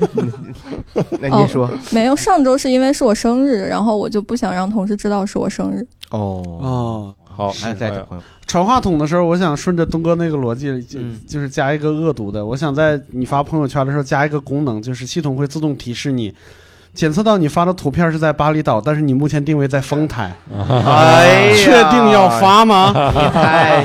Speaker 3: 那您
Speaker 5: 哦
Speaker 3: 说
Speaker 7: 没有，上周是因为是我生日，然后我就不想让同事知道是我生日。
Speaker 3: 哦，
Speaker 4: 哦，
Speaker 2: 好，
Speaker 3: 还在这朋友，
Speaker 4: 传话筒的时候，我想顺着东哥那个逻辑，就、
Speaker 3: 嗯
Speaker 4: 就是加一个恶毒的。我想在你发朋友圈的时候加一个功能，就是系统会自动提示你，检测到你发的图片是在巴厘岛，但是你目前定位在丰台，
Speaker 3: 哎呀，
Speaker 4: 确定要发 吗？
Speaker 3: 你太，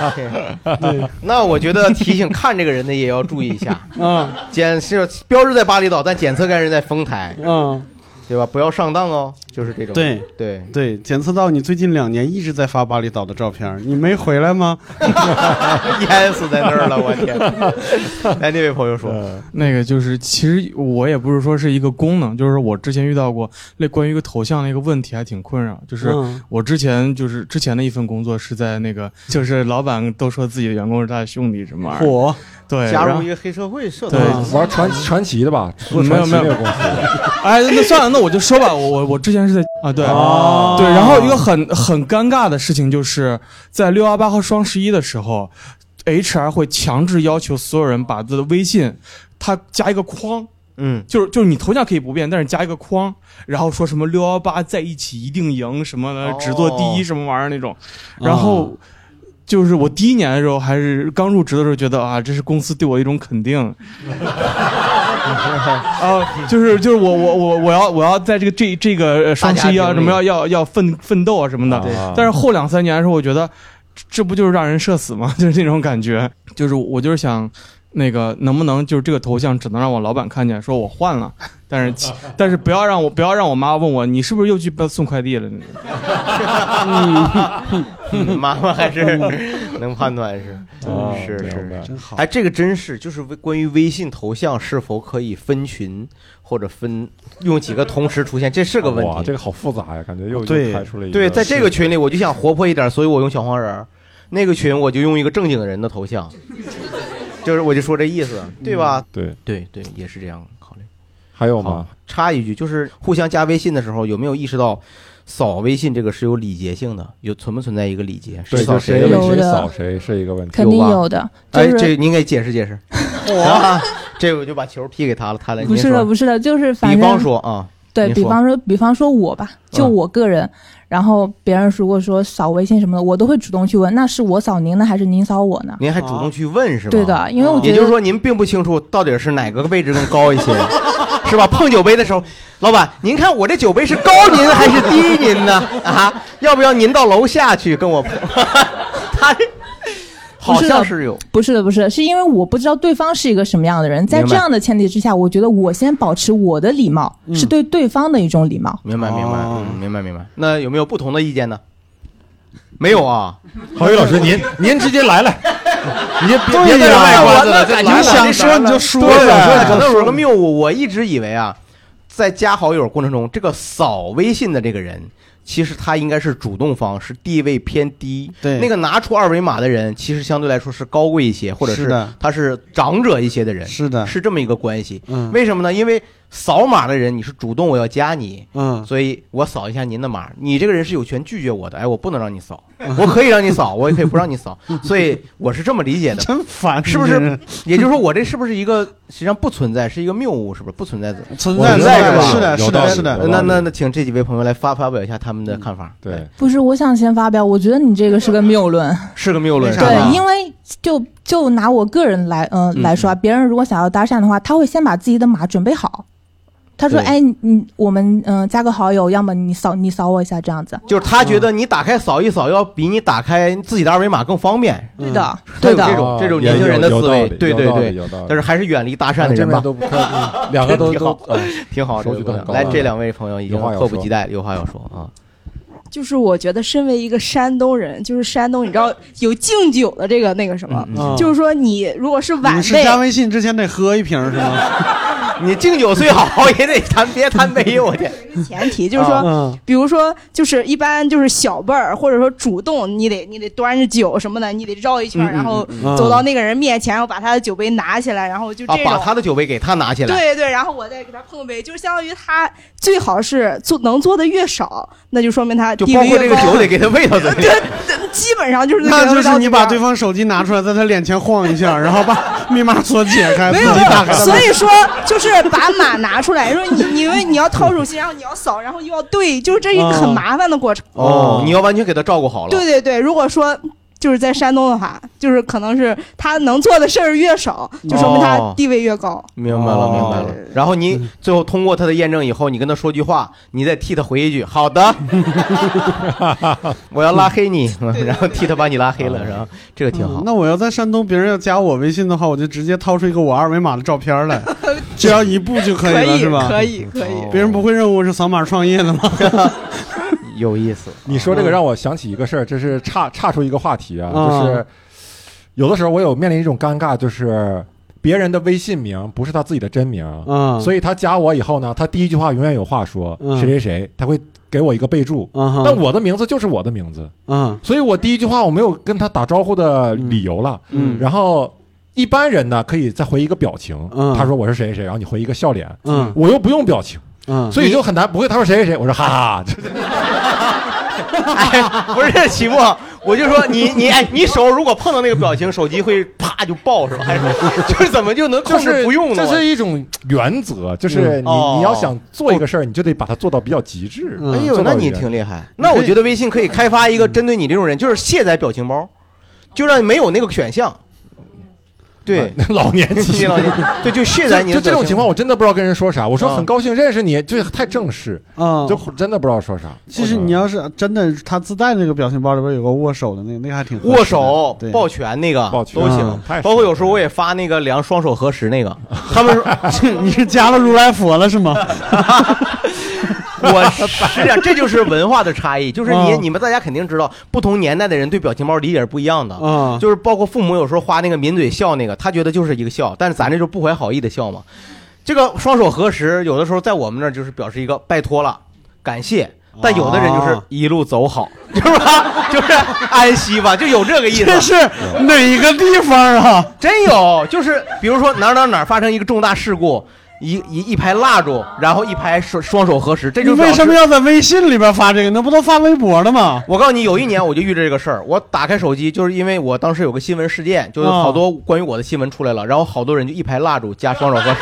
Speaker 3: 那我觉得提醒看这个人的也要注意一下，
Speaker 4: 嗯
Speaker 3: 检是标志在巴厘岛，但检测该人在丰台，
Speaker 4: 嗯，
Speaker 3: 对吧？不要上当哦，就是这种。
Speaker 4: 对
Speaker 3: 对，
Speaker 4: 对，检测到你最近两年一直在发巴厘岛的照片，你没回来 吗？
Speaker 3: 淹死在那儿了，我 天！来，那位朋友说，
Speaker 11: 那个就是，其实我也不是说是一个功能，就是我之前遇到过类关于一个头像的一个问题，还挺困扰。就是
Speaker 4: 嗯
Speaker 11: 我之前就是之前的一份工作是在那个，就是老板都说自己的员工是他的兄弟什么玩意儿，
Speaker 4: 火，
Speaker 11: 对，
Speaker 3: 加
Speaker 11: 然
Speaker 3: 入
Speaker 11: 后
Speaker 3: 一个黑社会社
Speaker 11: 对
Speaker 3: 团，
Speaker 2: 玩传传奇的吧，做
Speaker 11: 没有
Speaker 2: 传奇
Speaker 11: 没有
Speaker 2: 那个公司，
Speaker 11: 哎，那算了，那我就说吧，我我我之前是在啊，对，
Speaker 4: 哦
Speaker 11: 对，然后一个很很尴尬的事情就是在六幺八和双十一的时候，HR 会强制要求所有人把自己的微信，他加一个框，
Speaker 3: 嗯，
Speaker 11: 就是就是你头像可以不变，但是加一个框，然后说什么六幺八在一起一定赢什么的
Speaker 3: 哦，嗯
Speaker 11: 只做第一什么玩意儿那种，然后。就是我第一年的时候，还是刚入职的时候，觉得啊，这是公司对我一种肯定。
Speaker 4: 哦
Speaker 11: 啊，就是就是我我我我要我要在这个这这个呃双十一
Speaker 3: 大家
Speaker 11: 啊
Speaker 3: 庭
Speaker 11: 什么要
Speaker 3: 里
Speaker 11: 要要奋奋斗啊什么的。
Speaker 2: 啊
Speaker 11: 但是后两三年的时候，我觉得这这不就是让人社死吗？ 就是那种感觉，就是我就是想。那个能不能就是这个头像只能让我老板看见，说我换了，但是其但是不要让我不要让我妈问我你是不是又去送快递了？
Speaker 3: 嗯妈妈还是能判断是，
Speaker 2: 哦
Speaker 3: 是
Speaker 2: 明
Speaker 3: 是
Speaker 2: 白
Speaker 4: 真好。
Speaker 3: 哎，这个真是就是微关于微信头像是否可以分群或者分用几个同时出现，这是个问
Speaker 2: 哇，
Speaker 3: 题。
Speaker 2: 这个好复杂呀，感觉又
Speaker 4: 对
Speaker 2: 又开出了一嗯
Speaker 3: 对，在这个群里我就想活泼一点，所以我用小黄人儿；那个群我就用一个正经人的头像，就是我就说这意思，对吧？
Speaker 2: 嗯对，
Speaker 3: 对对，也是这样考虑。
Speaker 2: 还有
Speaker 3: 好
Speaker 2: 吗？，
Speaker 3: 插一句，就是互相加微信的时候，有没有意识到扫微信这个是有礼节性的？有存不存在一个礼节？
Speaker 2: 对，
Speaker 3: 扫
Speaker 2: 就
Speaker 3: 谁
Speaker 2: 谁
Speaker 3: 的微
Speaker 2: 谁
Speaker 3: 信？
Speaker 2: 谁
Speaker 10: 有的
Speaker 2: 扫谁是一个问题。
Speaker 10: 肯定
Speaker 3: 有吧
Speaker 10: 有的，就
Speaker 3: 哎，
Speaker 10: 是、
Speaker 3: 这您给解释解释。啊， 这个我就把球劈给他了，他来。
Speaker 12: 不是
Speaker 3: 哎您
Speaker 12: 的，
Speaker 3: 说
Speaker 12: 不是的，就是反
Speaker 3: 比
Speaker 12: 正
Speaker 3: 方说啊，
Speaker 12: 对
Speaker 3: 您
Speaker 12: 比
Speaker 3: 说嗯
Speaker 12: 方说，比方说我吧，就我个人，然后别人如果说扫微信什么的，我都会主动去问，那是我扫您呢，还是您扫我呢？
Speaker 3: 您还主动去问是吧？啊
Speaker 12: 对，的，因为我觉
Speaker 3: 也
Speaker 12: 得，
Speaker 3: 就是说您并不清楚到底是哪个位置更高一些， 是吧？碰酒杯的时候，老板，您看我这酒杯是高您还是低您呢？啊，要不要您到楼下去跟我碰？ 他好像是有，
Speaker 12: 不是的，不是的，是因为我不知道对方是一个什么样的人，在
Speaker 3: 明白
Speaker 12: 这样的前提之下，我觉得我先保持我的礼貌，
Speaker 3: 嗯
Speaker 12: 是对对方的一种礼貌。
Speaker 3: 明白明白、
Speaker 4: 哦
Speaker 3: 嗯明白明白。那有没有不同的意见呢？没 有啊，
Speaker 5: 郝宇老师， 您您直接来来，你别别在
Speaker 3: 对
Speaker 5: 这
Speaker 3: 呀
Speaker 5: 卖关子了，
Speaker 3: 我那
Speaker 5: 这
Speaker 3: 感
Speaker 5: 来
Speaker 3: 觉
Speaker 5: 了
Speaker 3: 想
Speaker 5: 这
Speaker 3: 说你
Speaker 5: 来了
Speaker 3: 就
Speaker 5: 说想
Speaker 3: 对
Speaker 5: 说你可
Speaker 3: 可能
Speaker 5: 能
Speaker 3: 有个谬误，我一直以为啊，在加好友过程中，这个扫微信的这个人，其实他应该是主动方，是地位偏低。
Speaker 4: 对
Speaker 3: 那个拿出二维码的人，其实相对来说是高贵一些，或者
Speaker 4: 是的
Speaker 3: 他是长者一些的人，
Speaker 4: 是的，
Speaker 3: 是这么一个关系。
Speaker 4: 嗯
Speaker 3: 为什么呢？因为扫码的人，你是主动我要加你，
Speaker 4: 嗯，
Speaker 3: 所以我扫一下您的码，你这个人是有权拒绝我的，哎，我不能让你扫，
Speaker 4: 嗯
Speaker 3: 我可以让你 扫，我也可以不让你扫，所以我是这么理解的。
Speaker 4: 真烦，
Speaker 3: 是不是
Speaker 4: 你这人
Speaker 3: 也就是说，我这是不是一个实际上不存在，是一个谬误，是不是不存在的？
Speaker 4: 存
Speaker 3: 我
Speaker 4: 在
Speaker 3: 觉得
Speaker 4: 是的，
Speaker 2: 有
Speaker 4: 是
Speaker 2: 道
Speaker 4: 的，
Speaker 2: 理
Speaker 4: 是
Speaker 2: 有
Speaker 4: 的
Speaker 2: 道，理
Speaker 3: 那那那，请这几位朋友来发发表一下他们的看法。
Speaker 2: 对，
Speaker 12: 不是，我想先发表，我觉得你这个是个谬论。
Speaker 3: 是个谬论，
Speaker 4: 为啥呢
Speaker 12: 对，因为就就拿我个人来，嗯、
Speaker 3: 嗯
Speaker 12: 来说啊，别人如果想要搭讪的话，他会先把自己的码准备好。他说：“
Speaker 3: 对
Speaker 12: 哎，你你我们嗯、呃加个好友，要么你扫你扫我一下这样子。”
Speaker 3: 就是他觉得你打开扫一扫，要比你打开自己的二维码更方便。嗯
Speaker 12: 对的
Speaker 3: 他有
Speaker 12: 对的
Speaker 3: 这种
Speaker 12: 哦
Speaker 3: 这种
Speaker 12: 也
Speaker 3: 年轻人的
Speaker 12: 有
Speaker 3: 思
Speaker 12: 有道
Speaker 3: 维，
Speaker 12: 理
Speaker 3: 对
Speaker 12: 有
Speaker 3: 对
Speaker 12: 道理
Speaker 3: 对
Speaker 12: 有道理，
Speaker 3: 但是还是远离搭讪的
Speaker 12: 这
Speaker 3: 人
Speaker 12: 边
Speaker 3: 吧。
Speaker 12: 都
Speaker 2: 不看两个都
Speaker 3: 挺好
Speaker 2: 都哎
Speaker 3: 挺好，
Speaker 2: 手
Speaker 3: 这
Speaker 2: 举
Speaker 3: 个
Speaker 2: 得很高
Speaker 3: 来，
Speaker 2: 啊
Speaker 3: 这两位朋友已经
Speaker 2: 有话要
Speaker 3: 迫不
Speaker 2: 说
Speaker 3: 及待，有话要说啊。
Speaker 13: 就是我觉得身为一个山东人，就是山东，你知道有敬酒的这个那个什么，
Speaker 4: 嗯嗯
Speaker 13: 就是说你如果是
Speaker 4: 你
Speaker 13: 晚
Speaker 4: 们是
Speaker 13: 辈，
Speaker 3: 嗯
Speaker 4: 加微信之前得喝一瓶是吗？
Speaker 3: 你敬酒最好也得咱别贪杯，我 天。
Speaker 13: 前提就是说，
Speaker 4: 嗯
Speaker 13: 比如说就是一般就是小辈儿，或者说主动，你得你得端着酒什么的，你得绕一圈儿，
Speaker 3: 嗯嗯
Speaker 13: 然后
Speaker 3: 嗯嗯
Speaker 13: 走到那个人面前，然后把他的酒杯拿起来，然后就
Speaker 3: 啊
Speaker 13: 这，种。
Speaker 3: 把他的酒杯给他拿起来。
Speaker 13: 对对，然后我再给他碰杯，就是相当于他最好是做能做的越少，那就说明他
Speaker 3: 就
Speaker 13: 地
Speaker 3: 包
Speaker 13: 位
Speaker 3: 括
Speaker 13: 越
Speaker 3: 这个
Speaker 13: 高
Speaker 3: 酒得给他喂到嘴里。
Speaker 13: 基本上就是
Speaker 4: 那
Speaker 13: 给他
Speaker 4: 就
Speaker 13: 喂到
Speaker 4: 是你
Speaker 13: 嘴
Speaker 4: 把对方手机拿出来，在他脸前晃一下，然后把密码锁解开，
Speaker 13: 没
Speaker 4: 自
Speaker 13: 有，
Speaker 4: 己
Speaker 13: 没
Speaker 4: 打开
Speaker 13: 有，
Speaker 4: 了。
Speaker 13: 所以说就是把码拿出来，说你因为你要掏手心，然后你要扫，然后又要对，就是这是一个很麻烦的过程。
Speaker 3: 哦，你要完全给他照顾好了。
Speaker 13: 嗯对对对，如果说就是在山东的话，就是可能是他能做的事儿越少，就
Speaker 4: 哦
Speaker 13: 说明他地位越高。
Speaker 3: 明白了，明白了。然后你最后通过他的验证以后，你跟他说句话，你再替他回一句“好 的”，我要拉黑你，然后替他把你拉黑
Speaker 12: 嗯
Speaker 3: 了，是吧？这个挺好。
Speaker 4: 那我要在山东，别人要加我微信的话，我就直接掏出一个我二维码的照片来，只要一步就可以了，是吧？
Speaker 13: 以，可以。
Speaker 4: 别人不会任务是扫码创业的吗？
Speaker 3: 有意思。
Speaker 2: 你说这个让我想起一个事儿，这是岔岔出一个话题啊，
Speaker 4: 嗯
Speaker 2: 就是有的时候我有面临一种尴尬，就是别人的微信名不是他自己的真名，
Speaker 4: 嗯
Speaker 2: 所以他加我以后呢，他第一句话永远有话说，
Speaker 4: 嗯
Speaker 2: 谁谁谁，他会给我一个备注，
Speaker 4: 嗯哼
Speaker 2: 但我的名字就是我的名字，
Speaker 4: 嗯，
Speaker 2: 所以我第一句话我没有跟他打招呼的理由了，
Speaker 4: 嗯嗯
Speaker 2: 然后。一般人呢，可以再回一个表情，
Speaker 4: 嗯
Speaker 2: 他说我是谁谁谁，然后你回一个笑脸，
Speaker 4: 嗯
Speaker 2: 我又不用表情，
Speaker 4: 嗯
Speaker 2: 所以就很难不会。他说谁谁谁，我说哈 哈，
Speaker 3: 哎，不是启墨， 我就说你你哎，你手如果碰到那个表情，手机会啪就爆是吧？还是就是怎么就能控制不用呢？
Speaker 2: 这是一种原则，就是
Speaker 3: 嗯
Speaker 2: 你、
Speaker 3: 哦
Speaker 2: 你要想做一个事儿，你就得把它做到比较极致。
Speaker 3: 哎呦，那你挺厉害。那我觉得微信可以开发一个针对你这种人，就是卸载表情包，就让你没有那个选项。对，
Speaker 2: 老 年期
Speaker 3: 老年对，就卸载你的
Speaker 2: 就就这
Speaker 3: 表
Speaker 2: 种
Speaker 3: 情嗯
Speaker 2: 情况，我真的不知道跟人说啥。我说
Speaker 4: 啊
Speaker 2: 很高兴认识你，这太正式，
Speaker 4: 啊
Speaker 2: 就真的不知道说啥。
Speaker 4: 其实你要是真的，他自带那个表情包里边有个握手的那个，那个还挺合适的
Speaker 3: 握手
Speaker 4: 对、
Speaker 3: 抱拳那个
Speaker 4: 抱拳
Speaker 3: 都行
Speaker 4: 嗯太，
Speaker 3: 包括有时候我也发那个两双手合十那个，他们说
Speaker 4: 你是加了如来佛了是吗？
Speaker 3: 我是啊，这就是文化的差异，就是你
Speaker 4: 嗯
Speaker 3: 你们大家肯定知道，不同年代的人对表情包理解是不一样的，
Speaker 4: 嗯
Speaker 3: 就是包括父母有时候花那个抿嘴笑那个，他觉得就是一个笑，但是咱这就是不怀好意的笑嘛。这个双手合十，有的时候在我们那儿就是表示一个拜托了，感谢。
Speaker 4: 啊
Speaker 3: 但有的人就是
Speaker 4: 哦
Speaker 3: 一路走好， 是吧？就是安息吧，就有这个意思。
Speaker 4: 这是哪个地方啊？
Speaker 3: 真有，就是比如说哪儿哪儿哪儿发生一个重大事故，一一一排蜡烛，然后一排双双手合十， 这
Speaker 4: 你
Speaker 3: 就是
Speaker 4: 为什么要在微信里边发这个？那不都发微博的吗？
Speaker 3: 我告诉你，有一年我就遇着这个事儿，我打开手机，就是因为我当时有个新闻事件，就是好多关于我的新闻出来了，然后好多人就一排蜡烛加双手合十，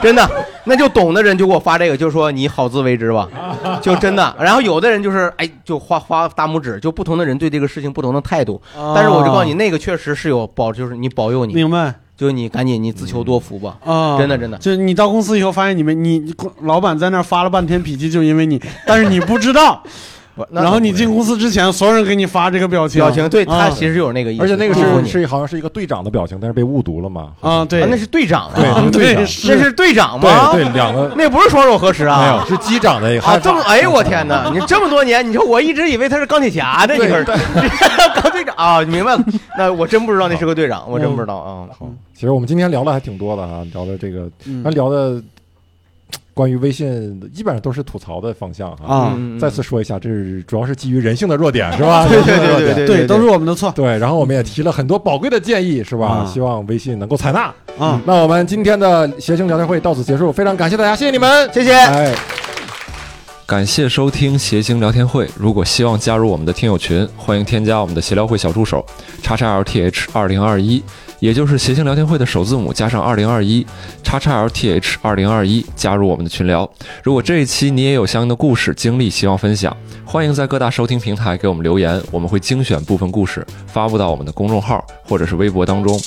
Speaker 3: 真的，那就懂的人就给我发这个，就说你好自为之吧， 就真的。然后有的人就是哎，就画画大拇指，就不同的人对这个事情不同的态度。
Speaker 4: 哦
Speaker 3: 但是我就告诉你，那个确实是有保，就是你保佑你，
Speaker 4: 明白？
Speaker 3: 就你赶紧你自求多福吧，
Speaker 2: 嗯哦
Speaker 4: 啊，
Speaker 3: 真的真的。
Speaker 4: 就是你到公司以后发现你们，你老板在那儿发了半天脾气，就因为你， 但是你不知道。
Speaker 3: 那
Speaker 4: 然后你进公司之前，所有人给你发这个表情，
Speaker 3: 表情对他
Speaker 4: 啊
Speaker 3: 其实有那个意思
Speaker 2: 嗯而且那个
Speaker 3: 祝福
Speaker 2: 是
Speaker 3: 你
Speaker 2: 是好像是一个队长的表情，但是被误读了嘛？
Speaker 4: 啊，对
Speaker 3: 啊，那是队长啊，
Speaker 2: 对队长
Speaker 3: 那是队长啊吗？
Speaker 2: 对对两个
Speaker 3: 那不是双手合十啊，
Speaker 2: 没有是机长的一个嗯
Speaker 3: 啊，
Speaker 2: 汉
Speaker 3: 这
Speaker 2: 法
Speaker 3: 么哎呦我天哪！你这么多年，你说我一直以为他是钢铁侠呢，你可是 钢队长啊，明白了？那我真不知道那是个队长，我真不知道啊。
Speaker 2: 嗯其实我们今天聊的还挺多的啊，聊的这个，
Speaker 4: 嗯
Speaker 2: 那、聊的关于微信，基本上都是吐槽的方向
Speaker 4: 啊
Speaker 2: 啊。
Speaker 4: 嗯嗯嗯
Speaker 2: 再次说一下，这是主要是基于人性的弱点，是 吧？
Speaker 4: 对对
Speaker 2: 人性的弱
Speaker 4: 对
Speaker 2: 点
Speaker 4: 对对对都是我们的错。
Speaker 2: 对，然后我们也提了很多宝贵的建议，是吧？
Speaker 4: 啊
Speaker 2: 希望微信能够采纳。
Speaker 4: 啊，
Speaker 2: 那我们今天的谐星聊天会到此结束，非常感谢大家，谢谢你们，
Speaker 3: 谢谢。
Speaker 2: 哎
Speaker 1: 感谢收听谐星聊天会。如果希望加入我们的听友群，欢迎添加我们的协聊会小助手叉叉 LTH 二零二一，也就是谐星聊天会的首字母加上二零二一叉叉 LTH 二零二一，加入我们的群聊。如果这一期你也有相应的故事经历，希望分享，欢迎在各大收听平台给我们留言，我们会精选部分故事发布到我们的公众号或者是微博当中。